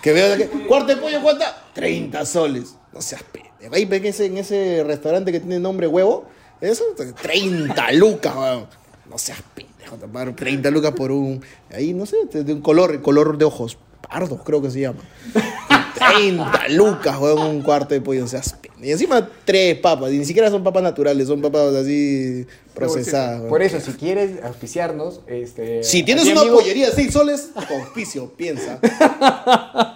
[SPEAKER 1] Que veo que, cuarto de pollo, ¿cuánto? 30 soles. No seas pendejo. Ahí ve que ese- en ese restaurante que tiene nombre huevo, eso, 30 lucas, weón. No seas pendejo, te pagaron 30 lucas por un. Ahí, no sé, de de un color, color de ojos. Pardos, creo que se llama. 30 lucas, weón, un cuarto de pollo. No seas pendejo. Y encima tres papas. Y ni siquiera son papas naturales, son papas así procesadas, weón.
[SPEAKER 3] Por eso, si quieres auspiciarnos, este...
[SPEAKER 1] Si tienes
[SPEAKER 3] aquí,
[SPEAKER 1] una
[SPEAKER 3] amigo,
[SPEAKER 1] pollería de 6 soles, auspicio, piensa.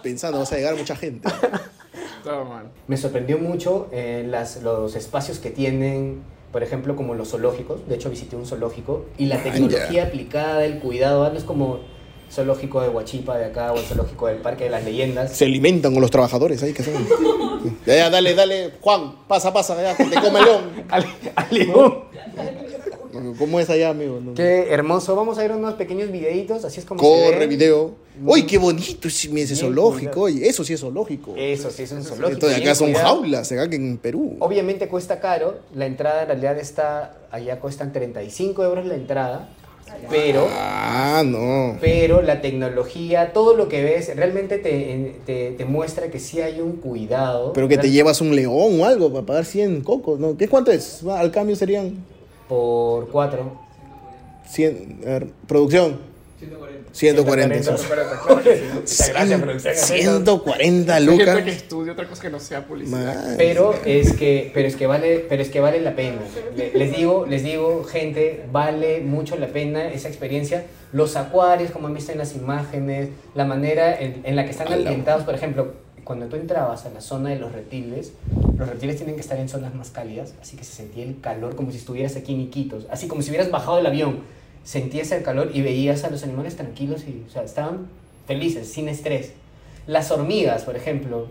[SPEAKER 1] Pensando, vas a llegar a mucha gente.
[SPEAKER 2] Todo mal.
[SPEAKER 3] Me sorprendió mucho eh, las, los espacios que tienen, por ejemplo, como los zoológicos. De hecho, visité un zoológico y la tecnología aplicada, el cuidado, ah, no es como zoológico de Huachipa de acá o el zoológico del Parque de las Leyendas.
[SPEAKER 1] Se alimentan con los trabajadores ahí que son. Ya, ya, dale, dale, Juan, pasa, pasa, ya, te come el león.
[SPEAKER 3] Al- al león.
[SPEAKER 1] ¿Cómo es allá, amigo? No.
[SPEAKER 3] Qué hermoso. Vamos a ir a unos pequeños videitos, así es como se
[SPEAKER 1] Corre,
[SPEAKER 3] ve.
[SPEAKER 1] video. Uy, qué bonito es ese
[SPEAKER 3] Bien
[SPEAKER 1] zoológico,
[SPEAKER 3] cuidado.
[SPEAKER 1] oye, eso sí es zoológico.
[SPEAKER 3] Eso sí es un zoológico.
[SPEAKER 1] Esto de
[SPEAKER 3] bien
[SPEAKER 1] acá son
[SPEAKER 3] cuidado.
[SPEAKER 1] jaulas, acá que en Perú.
[SPEAKER 3] Obviamente cuesta caro, la entrada en realidad está, allá cuestan 35 euros la entrada, pero...
[SPEAKER 1] Ah, no.
[SPEAKER 3] pero la tecnología, todo lo que ves, realmente te, te, te muestra que sí hay un cuidado.
[SPEAKER 1] Pero que te
[SPEAKER 3] Real-
[SPEAKER 1] llevas un león o algo para pagar 100 cocos, ¿no? ¿Qué cuánto es? Va, Al cambio serían
[SPEAKER 3] Por cuatro.
[SPEAKER 1] 100. a ver, producción. 140. 140.
[SPEAKER 3] 140.
[SPEAKER 1] esos.
[SPEAKER 2] Espérate, claro que sí.
[SPEAKER 3] Muchas gracias, producción.
[SPEAKER 1] 140
[SPEAKER 2] Hay gente que
[SPEAKER 1] lucas.
[SPEAKER 2] estudia otra cosa que no sea publicidad.
[SPEAKER 1] Man.
[SPEAKER 3] Pero es que, pero es que vale, pero es que vale la pena. Le- Les digo, les digo, gente, vale mucho la pena esa experiencia. Los acuarios, como han visto en las imágenes, la manera en, en la que están
[SPEAKER 1] Ala.
[SPEAKER 3] alimentados, por ejemplo, cuando tú entrabas a la zona de los reptiles, los reptiles tienen que estar en zonas más cálidas, así que se sentía el calor como si estuvieras aquí en Iquitos, así como si hubieras bajado del avión, sentías el calor y veías a los animales tranquilos y, o sea, estaban felices, sin estrés. Las hormigas, por ejemplo,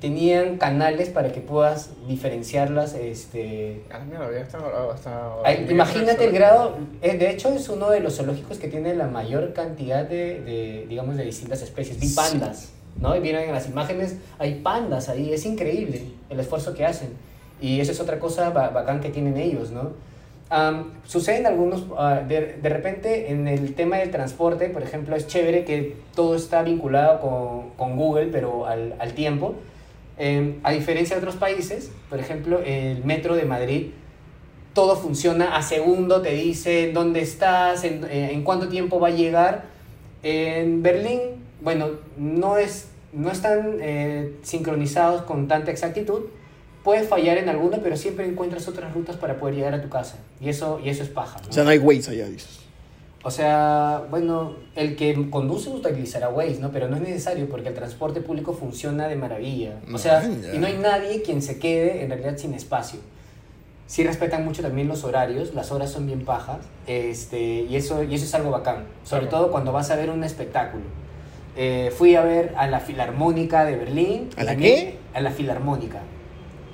[SPEAKER 3] tenían canales para que puedas diferenciarlas. Este...
[SPEAKER 2] Ah, mira, había hasta- hasta-
[SPEAKER 3] Ay, imagínate el grado, eh, de hecho es uno de los zoológicos que tiene la mayor cantidad de, de, digamos, de distintas especies. Vi pandas, ¿no? Y vieron en las imágenes, hay pandas ahí, es increíble el esfuerzo que hacen. Y eso es otra cosa ba- bacán que tienen ellos, ¿no? Am, suceden algunos, ah, de, de repente en el tema del transporte, por ejemplo, es chévere que todo está vinculado con, con Google, pero al, al tiempo. Em, a diferencia de otros países, por ejemplo, el metro de Madrid, todo funciona a segundo, te dice dónde estás, en, eh, en cuánto tiempo va a llegar. En Berlín, bueno, no, es, no están eh, sincronizados con tanta exactitud. Puedes fallar en alguno, pero siempre encuentras otras rutas para poder llegar a tu casa. Y eso, y eso es paja. ¿no?
[SPEAKER 1] O sea, no hay Waze allá, dices.
[SPEAKER 3] O sea, bueno, el que conduce utilizará Waze, ¿no? Pero no es necesario porque el transporte público funciona de maravilla. O sea,
[SPEAKER 1] Man, ya.
[SPEAKER 3] y no hay nadie quien se quede en realidad sin espacio. Sí respetan mucho también los horarios, las horas son bien pajas, este, y, eso, y eso es algo bacán, sobre todo cuando vas a ver un espectáculo. Eh, fui a ver a la Filarmónica de Berlín.
[SPEAKER 1] ¿A la
[SPEAKER 3] También-
[SPEAKER 1] qué?
[SPEAKER 3] A la Filarmónica.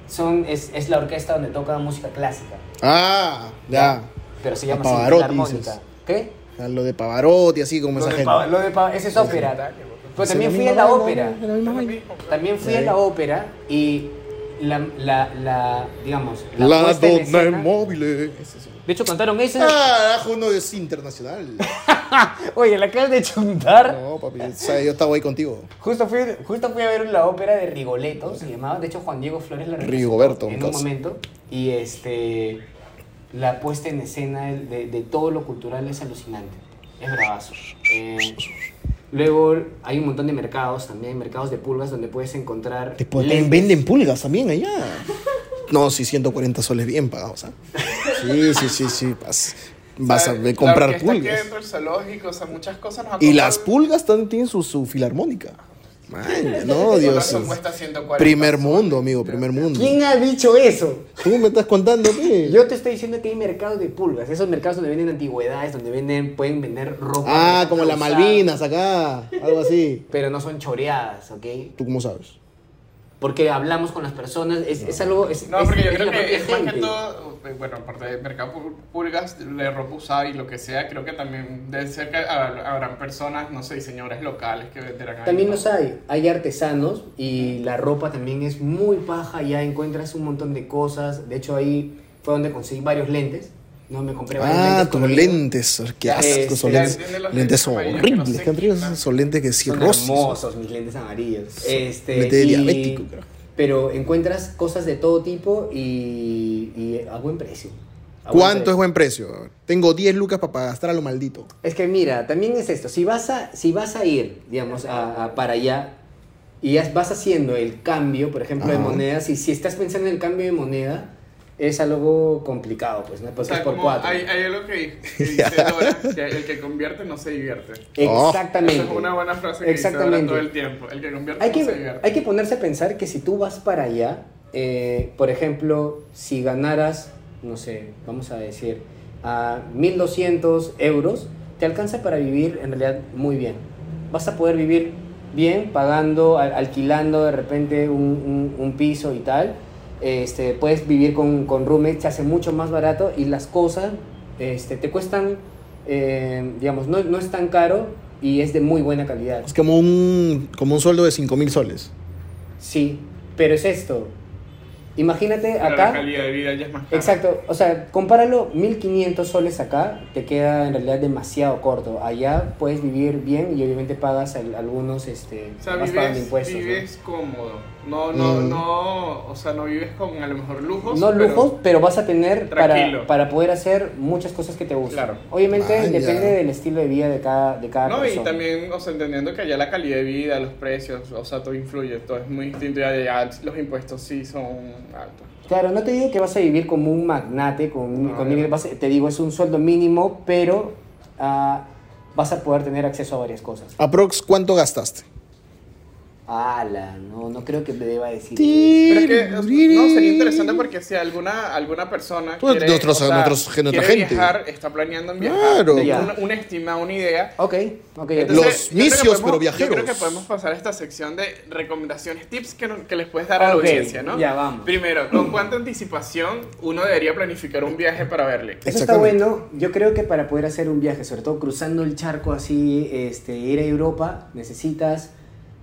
[SPEAKER 3] Son, es, es la orquesta donde toca música clásica,
[SPEAKER 1] Ah, ya.
[SPEAKER 3] pero se
[SPEAKER 1] A
[SPEAKER 3] llama así,
[SPEAKER 1] Pavarotti,
[SPEAKER 3] Filarmónica.
[SPEAKER 1] dices.
[SPEAKER 3] ¿Qué?
[SPEAKER 1] O sea, lo de Pavarotti, así como
[SPEAKER 3] Lo
[SPEAKER 1] esa
[SPEAKER 3] de,
[SPEAKER 1] gente.
[SPEAKER 3] Pava- lo de Pava- esa es ópera. Pero también fui a la ópera. También fui a la ópera y la, la, la digamos, la,
[SPEAKER 1] La
[SPEAKER 3] puesta en
[SPEAKER 1] donna
[SPEAKER 3] escena-
[SPEAKER 1] inmobile.
[SPEAKER 3] De hecho, contaron eso.
[SPEAKER 1] Carajo, uno es internacional.
[SPEAKER 3] Oye, la acabas de chuntar.
[SPEAKER 1] No, papi, o sea, yo estaba ahí contigo.
[SPEAKER 3] Justo fui, justo fui a ver la ópera de Rigoletto, se llamaba, de hecho Juan Diego Flores la representó
[SPEAKER 1] Rigoberto,
[SPEAKER 3] en un
[SPEAKER 1] entonces.
[SPEAKER 3] momento, y este, la puesta en escena de, de- de todo lo cultural es alucinante, es bravazo. Eh, luego hay un montón de mercados también, mercados de pulgas donde puedes encontrar...
[SPEAKER 1] Te ponen-
[SPEAKER 3] lentes.
[SPEAKER 1] venden pulgas también allá. No, sí, 140 soles bien pagados, ¿ah? Sí, sí, sí, sí. Vas, vas a
[SPEAKER 2] ¿Sabes? La
[SPEAKER 1] comprar
[SPEAKER 2] orquesta que
[SPEAKER 1] pulgas.
[SPEAKER 2] dentro del zoológico, o sea, muchas cosas nos
[SPEAKER 1] Y
[SPEAKER 2] acompañan.
[SPEAKER 1] las pulgas también tienen su, su filarmónica. Man, no,
[SPEAKER 2] Por
[SPEAKER 1] Dios.
[SPEAKER 2] eso cuesta 140.
[SPEAKER 1] Primer mundo, amigo, primer mundo.
[SPEAKER 3] ¿Quién ha dicho eso?
[SPEAKER 1] Tú me estás contando, pe.
[SPEAKER 3] Yo te estoy diciendo que hay mercados de pulgas, esos mercados donde venden antigüedades, donde venden, pueden vender ropa.
[SPEAKER 1] Ah, como las
[SPEAKER 3] usada,
[SPEAKER 1] Malvinas acá, algo así.
[SPEAKER 3] Pero no son choreadas, ¿ok?
[SPEAKER 1] ¿Tú cómo sabes?
[SPEAKER 3] porque hablamos con las personas, es, es algo... Es,
[SPEAKER 2] No,
[SPEAKER 3] es-
[SPEAKER 2] porque yo
[SPEAKER 3] es
[SPEAKER 2] creo
[SPEAKER 3] la
[SPEAKER 2] que
[SPEAKER 3] propia
[SPEAKER 2] es más que
[SPEAKER 3] gente.
[SPEAKER 2] todo, eh, bueno, aparte de mercado pul- pulgas, de ropa usada y lo que sea, creo que también debe ser que ha- habrán personas, no sé, diseñadores locales que venderán ahí,
[SPEAKER 3] También
[SPEAKER 2] ¿no?
[SPEAKER 3] los hay, hay artesanos y la ropa también es muy paja, ya encuentras un montón de cosas, de hecho ahí fue donde conseguí varios lentes, no me compré varios
[SPEAKER 4] Ah,
[SPEAKER 3] lentes
[SPEAKER 4] tus
[SPEAKER 3] coloridos.
[SPEAKER 4] lentes. ah, Qué asco, esos
[SPEAKER 3] sí,
[SPEAKER 4] lentes.
[SPEAKER 2] entiende los
[SPEAKER 4] Lentes
[SPEAKER 2] lentes
[SPEAKER 4] son
[SPEAKER 2] amarillos que no
[SPEAKER 4] horribles.
[SPEAKER 2] se
[SPEAKER 4] Qué horribles
[SPEAKER 2] quitan.
[SPEAKER 4] esos lentes que sí,
[SPEAKER 3] Son
[SPEAKER 4] rosas.
[SPEAKER 3] hermosos mis lentes amarillos. Este,
[SPEAKER 4] lente de diabético, creo.
[SPEAKER 3] Pero encuentras cosas de todo tipo y, y a buen precio. A buen
[SPEAKER 4] ¿Cuánto
[SPEAKER 3] precio.
[SPEAKER 4] es buen precio? Tengo 10 lucas para gastar a lo maldito.
[SPEAKER 3] Es que mira, también es esto, si vas a, si vas a ir, digamos, a- a- para allá y ya vas haciendo el cambio, por ejemplo, de
[SPEAKER 4] Ajá.
[SPEAKER 3] monedas, y si estás pensando en el cambio de moneda, es algo complicado, pues, ¿no?
[SPEAKER 2] O
[SPEAKER 3] Pues
[SPEAKER 2] sea,
[SPEAKER 3] es por
[SPEAKER 2] como
[SPEAKER 3] cuatro.
[SPEAKER 2] Hay, hay algo que, que dice Dora, que el que convierte no se divierte.
[SPEAKER 4] Oh.
[SPEAKER 3] Exactamente.
[SPEAKER 2] Esa es una buena frase que dice Dora
[SPEAKER 3] Exactamente.
[SPEAKER 2] todo el tiempo. El que convierte
[SPEAKER 3] Hay
[SPEAKER 2] no se
[SPEAKER 3] que,
[SPEAKER 2] divierte.
[SPEAKER 3] hay que ponerse a pensar que si tú vas para allá, eh, por ejemplo, si ganaras, no sé, vamos a decir, a 1200 euros, te alcanza para vivir en realidad muy bien. Vas a poder vivir bien pagando, al- alquilando de repente un, un- un piso y tal. Este, puedes vivir con, con roommates, te hace mucho más barato y las cosas este, te cuestan, eh, digamos, no, no es tan caro y es de muy buena calidad.
[SPEAKER 4] Es como un, como un sueldo de 5 mil soles.
[SPEAKER 3] Sí, pero es esto. Imagínate
[SPEAKER 2] Pero la
[SPEAKER 3] acá.
[SPEAKER 2] calidad de vida ya es más cara.
[SPEAKER 3] Exacto, o sea, compáralo 1500 soles acá, te queda en realidad demasiado corto. Allá puedes vivir bien y obviamente pagas al- algunos, este,
[SPEAKER 2] O sea,
[SPEAKER 3] vas pagando
[SPEAKER 2] vives,
[SPEAKER 3] impuestos. ¿no?
[SPEAKER 2] vives cómodo. No, no,
[SPEAKER 4] Mm.
[SPEAKER 2] no, o sea, no vives con a lo mejor lujos.
[SPEAKER 3] No
[SPEAKER 2] pero-
[SPEAKER 3] lujos, pero, vas a tener para,
[SPEAKER 2] Tranquilo.
[SPEAKER 3] para poder hacer muchas cosas que te gustan.
[SPEAKER 2] Claro.
[SPEAKER 3] Obviamente
[SPEAKER 4] Vaya.
[SPEAKER 3] depende del estilo de vida de cada, de cada
[SPEAKER 2] No, y
[SPEAKER 3] persona.
[SPEAKER 2] también, o sea, entendiendo que allá la calidad de vida, los precios, o sea, todo influye, todo es muy distinto y allá los impuestos sí son altos.
[SPEAKER 3] Claro, no te digo que vas a vivir como un magnate, con, un-
[SPEAKER 2] No,
[SPEAKER 3] con mil-
[SPEAKER 2] no.
[SPEAKER 3] vas a- te digo es un sueldo mínimo, pero ah, vas a poder tener acceso a varias cosas.
[SPEAKER 4] Aprox, ¿cuánto gastaste?
[SPEAKER 3] Ala, no, no creo que me deba decir.
[SPEAKER 2] Pero es que, o sea, no, sería interesante porque si alguna, alguna persona
[SPEAKER 4] Pues,
[SPEAKER 2] quiere,
[SPEAKER 4] nuestros-
[SPEAKER 2] o sea,
[SPEAKER 4] nuestros- nuestra
[SPEAKER 2] quiere
[SPEAKER 4] gente.
[SPEAKER 2] viajar, está planeando en viajar,
[SPEAKER 4] Claro.
[SPEAKER 2] tengo
[SPEAKER 3] Ya.
[SPEAKER 2] una, una estima, una idea.
[SPEAKER 3] Ok, ok.
[SPEAKER 4] Los
[SPEAKER 2] Entonces, yo creo que podemos-
[SPEAKER 4] misios, pero
[SPEAKER 2] Yo creo
[SPEAKER 4] viajeros.
[SPEAKER 2] que podemos pasar a esta sección de recomendaciones, tips que, no- que les puedes dar a la
[SPEAKER 3] Ok,
[SPEAKER 2] audiencia, ¿no?
[SPEAKER 3] ya vamos.
[SPEAKER 2] Primero, ¿con cuánta anticipación uno debería planificar un viaje para verle?
[SPEAKER 3] Eso está
[SPEAKER 4] Exactamente.
[SPEAKER 3] bueno. Yo creo que para poder hacer un viaje, sobre todo cruzando el charco así, este, ir a Europa, necesitas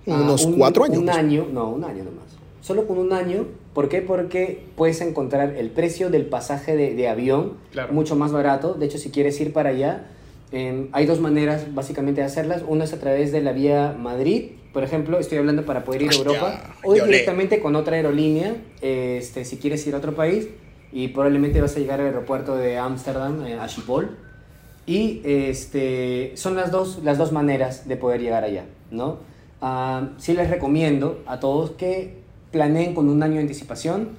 [SPEAKER 3] ah,
[SPEAKER 4] Unos cuatro años,
[SPEAKER 3] Un
[SPEAKER 4] pues.
[SPEAKER 3] año, no, un año nomás. Solo con un año. ¿Por qué? Porque puedes encontrar el precio del pasaje de, de avión
[SPEAKER 2] Claro.
[SPEAKER 3] mucho más barato. De hecho, si quieres ir para allá, eh, hay dos maneras básicamente de hacerlas. Una es a través de la vía Madrid, por ejemplo, estoy hablando para poder ir a
[SPEAKER 4] Hostia,
[SPEAKER 3] Europa, o ir
[SPEAKER 4] yo le-
[SPEAKER 3] directamente con otra aerolínea, este, si quieres ir a otro país, y probablemente vas a llegar al aeropuerto de Ámsterdam, eh, a Schiphol. Y este, son las dos, las dos maneras de poder llegar allá, ¿no? Ah, sí les recomiendo a todos que planeen con un año de anticipación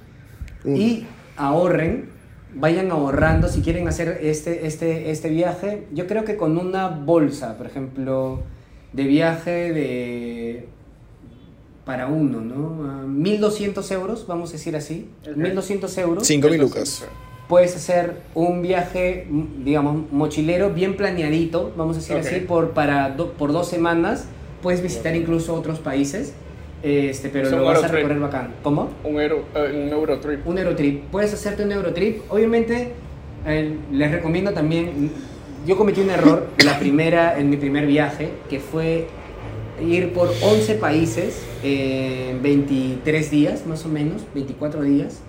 [SPEAKER 3] y ahorren, vayan ahorrando si quieren hacer este, este, este viaje. Yo creo que con una bolsa, por ejemplo, de viaje de para uno, ¿no? Ah, 1.200 euros, vamos a decir así.
[SPEAKER 2] Ok.
[SPEAKER 3] 1.200 euros.
[SPEAKER 4] 5 mil lucas.
[SPEAKER 3] Puedes hacer un viaje, mm, digamos, mochilero bien planeadito, vamos a decir
[SPEAKER 2] Ok.
[SPEAKER 3] así, por, para do- por dos semanas. Puedes visitar incluso otros países, este, pero
[SPEAKER 2] Es un
[SPEAKER 3] lo vas a
[SPEAKER 2] Eurotrip.
[SPEAKER 3] recorrer bacán. ¿Cómo?
[SPEAKER 2] Un, euro, eh, un Eurotrip.
[SPEAKER 3] un Eurotrip. Puedes hacerte un Eurotrip. Obviamente, eh, les recomiendo también. Yo cometí un error la primera, en mi primer viaje, que fue ir por 11 países en 23 días, más o menos, 24 días.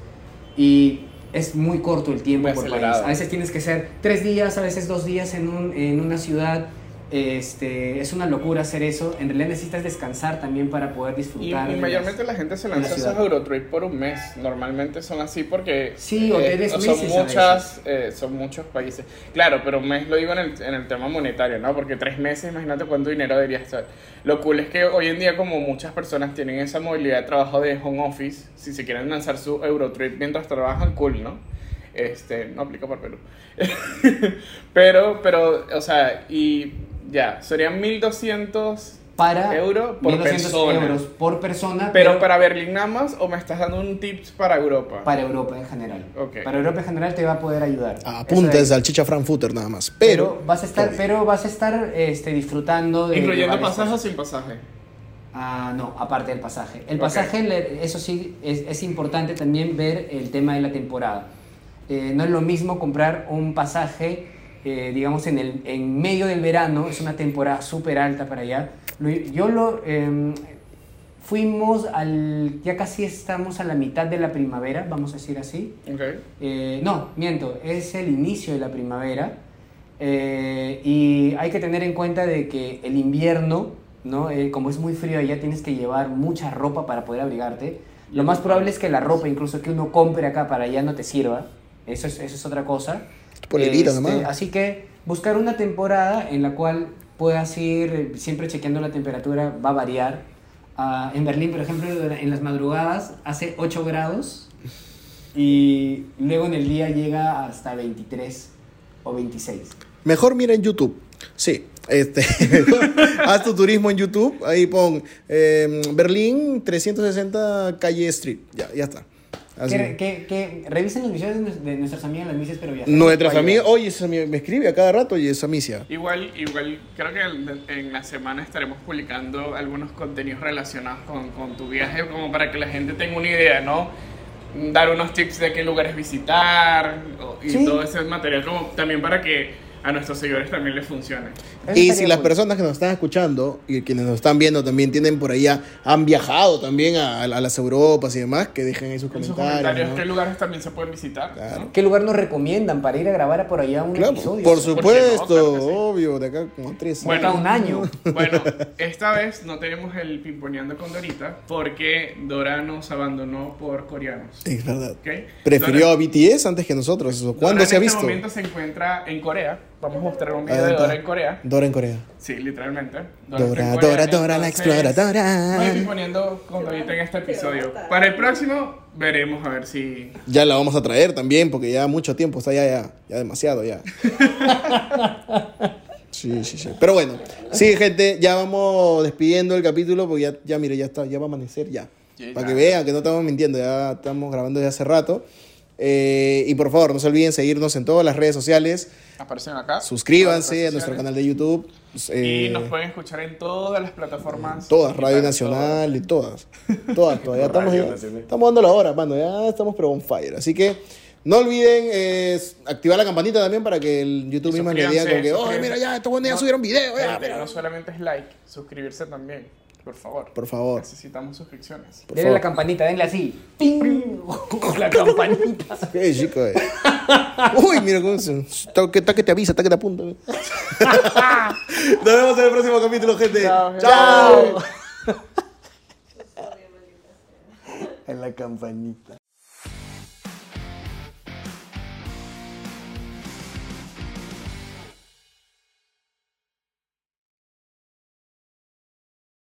[SPEAKER 3] Y es muy corto el tiempo
[SPEAKER 2] Muy
[SPEAKER 3] por
[SPEAKER 2] acelerado.
[SPEAKER 3] país. A veces tienes que ser tres días, a veces dos días en, un- en una ciudad. Este, es una locura hacer eso. En realidad necesitas descansar también para poder
[SPEAKER 2] Y,
[SPEAKER 3] disfrutar.
[SPEAKER 2] y
[SPEAKER 3] de las-
[SPEAKER 2] mayormente la gente se
[SPEAKER 3] en la
[SPEAKER 2] lanza esos
[SPEAKER 3] ciudad.
[SPEAKER 2] Eurotrip por un mes. Normalmente son así porque eh,
[SPEAKER 3] Sí, o tres
[SPEAKER 2] son
[SPEAKER 3] meses a
[SPEAKER 2] muchas, eh, son muchos países. Claro, pero un mes lo digo en el, en el tema monetario, ¿no? Porque tres meses, imagínate cuánto dinero debería estar. Lo cool es que hoy en día como muchas personas tienen esa movilidad de trabajo de home office, si se quieren lanzar su Eurotrip mientras trabajan, cool, ¿no? Este, no aplica para Perú. pero, pero, o sea, y ya, serían 1200
[SPEAKER 3] para
[SPEAKER 2] Euro por
[SPEAKER 3] 1200
[SPEAKER 2] persona.
[SPEAKER 3] euros por persona,
[SPEAKER 2] Pero para Berlín nada más o me estás dando un tips para Europa.
[SPEAKER 3] para Europa en general.
[SPEAKER 2] Ok.
[SPEAKER 3] Para Europa en general te va a poder ayudar.
[SPEAKER 1] Ah,
[SPEAKER 4] Apunta
[SPEAKER 3] Eso
[SPEAKER 4] de
[SPEAKER 3] es.
[SPEAKER 4] salchicha Frankfurter nada más.
[SPEAKER 3] pero
[SPEAKER 4] Pero,
[SPEAKER 3] vas a estar,
[SPEAKER 4] Todo bien.
[SPEAKER 3] pero vas a estar este, disfrutando de
[SPEAKER 2] Incluyendo
[SPEAKER 3] de varias
[SPEAKER 2] pasaje o
[SPEAKER 3] cosas.
[SPEAKER 2] sin pasaje.
[SPEAKER 3] Ah, no, aparte del pasaje. El pasaje, le- eso sí, es, es importante también ver el tema de la temporada. Eh, no es lo mismo comprar un pasaje, eh, digamos, en, el, en medio del verano, es una temporada súper alta para allá. Lo- Yo lo... em, fuimos al... Ya casi estamos a la mitad de la primavera, vamos a decir así.
[SPEAKER 2] Ok.
[SPEAKER 3] Eh, no, miento, es el inicio de la primavera eh, y hay que tener en cuenta de que el invierno, ¿no? Eh, como es muy frío allá, tienes que llevar mucha ropa para poder abrigarte. Lo más probable es que la ropa, incluso que uno compre acá para allá, no te sirva. Eso es, eso es otra cosa. Este,
[SPEAKER 1] Polerita nomás.
[SPEAKER 3] Así que buscar una temporada en la cual puedas ir eh, siempre chequeando la temperatura, va a variar. Ah, en Berlín, por ejemplo, en las madrugadas hace 8 grados y luego en el día llega hasta 23 o 26.
[SPEAKER 1] Mejor mira en YouTube. Sí. Este, haz tu turismo en YouTube. Ahí pon eh, Berlín 360 Calle Street. Ya, ya está. Así.
[SPEAKER 3] Que, que- que revisen los videos de nues- de nuestras amigas las mises pero ya.
[SPEAKER 1] Nuestras amigas. Oye, esa mi- me escribe a cada rato y esa misia.
[SPEAKER 2] Igual, igual creo que en- en la semana estaremos publicando algunos contenidos relacionados con, con tu viaje, como para que la gente tenga una idea, ¿no? Dar unos tips de qué lugares visitar o- y
[SPEAKER 3] Sí.
[SPEAKER 2] todo ese material, como también para que a nuestros seguidores también les funcione.
[SPEAKER 1] Y si las personas que nos están escuchando y quienes nos están viendo también tienen por allá, han viajado también a, a las Europas y demás, que dejen ahí sus
[SPEAKER 2] En sus
[SPEAKER 1] comentarios.
[SPEAKER 2] comentarios,
[SPEAKER 1] ¿no?
[SPEAKER 2] qué lugares también se pueden visitar.
[SPEAKER 1] Claro.
[SPEAKER 3] ¿Qué lugar nos recomiendan para ir a grabar a por allá un
[SPEAKER 1] Claro,
[SPEAKER 3] episodio?
[SPEAKER 1] por
[SPEAKER 2] ¿no?
[SPEAKER 1] supuesto,
[SPEAKER 2] Claro que sí.
[SPEAKER 1] obvio, de acá como tres.
[SPEAKER 2] Bueno.
[SPEAKER 3] Cada un año.
[SPEAKER 2] Bueno, esta vez no tenemos el pimponeando con Dorita porque Dora nos abandonó por coreanos.
[SPEAKER 1] Es verdad.
[SPEAKER 2] ¿ok?
[SPEAKER 1] Prefirió
[SPEAKER 2] Dora-
[SPEAKER 1] a BTS antes que nosotros. eso. ¿Cuándo
[SPEAKER 2] Dora
[SPEAKER 1] se ha
[SPEAKER 2] en
[SPEAKER 1] visto?
[SPEAKER 2] este momento se encuentra en Corea. Vamos a mostrar un video de
[SPEAKER 1] Adelante.
[SPEAKER 2] Dora en Corea.
[SPEAKER 1] Dora en Corea.
[SPEAKER 2] Sí, literalmente.
[SPEAKER 1] Dora,
[SPEAKER 2] está en
[SPEAKER 1] Dora, Dora, la exploradora.
[SPEAKER 2] Voy a ir poniendo con Dorita en este episodio. Para el próximo, veremos a ver si.
[SPEAKER 1] Ya la vamos a traer también, porque ya mucho tiempo está ya, ya, ya demasiado ya. Sí, sí, sí. Pero bueno, sí, gente, ya vamos despidiendo el capítulo, porque ya, ya mire, ya está, ya va a amanecer ya.
[SPEAKER 2] Sí,
[SPEAKER 1] Para
[SPEAKER 2] ya.
[SPEAKER 1] que vean que no estamos mintiendo, ya estamos grabando desde hace rato. Eh, y por favor, no se olviden seguirnos en todas las redes sociales.
[SPEAKER 2] Aparecen acá.
[SPEAKER 1] Suscríbanse a nuestro canal de YouTube.
[SPEAKER 2] Y
[SPEAKER 1] eh,
[SPEAKER 2] nos pueden escuchar en todas las plataformas.
[SPEAKER 1] Todas, Radio
[SPEAKER 2] digitales,
[SPEAKER 1] Nacional y todas. Todas, todavía estamos,
[SPEAKER 4] Radio
[SPEAKER 1] ya-
[SPEAKER 4] Nacional.
[SPEAKER 1] estamos dando la hora, mano. Ya estamos pero on fire. Así que no olviden eh, activar la campanita también para que el YouTube
[SPEAKER 2] Y
[SPEAKER 1] mismo le diga como que,
[SPEAKER 2] suscríbanse, Ah,
[SPEAKER 1] oh, mira, ya, estos buenos ya
[SPEAKER 2] No.
[SPEAKER 1] subieron video.
[SPEAKER 2] todo.
[SPEAKER 1] ya,
[SPEAKER 2] Gente,
[SPEAKER 1] mira".
[SPEAKER 2] No solamente es like, suscribirse también. Por favor.
[SPEAKER 1] Por favor,
[SPEAKER 2] Necesitamos suscripciones.
[SPEAKER 1] por
[SPEAKER 3] Denle la
[SPEAKER 1] favor.
[SPEAKER 3] campanita, denle así. ¡Ting! La campanita.
[SPEAKER 1] Qué chico es. Uy, mira cómo se... Está que, está que te avisa, está que te apunta. Nos vemos en el próximo capítulo, gente.
[SPEAKER 2] Chao, gente.
[SPEAKER 1] Chao.
[SPEAKER 4] En la campanita.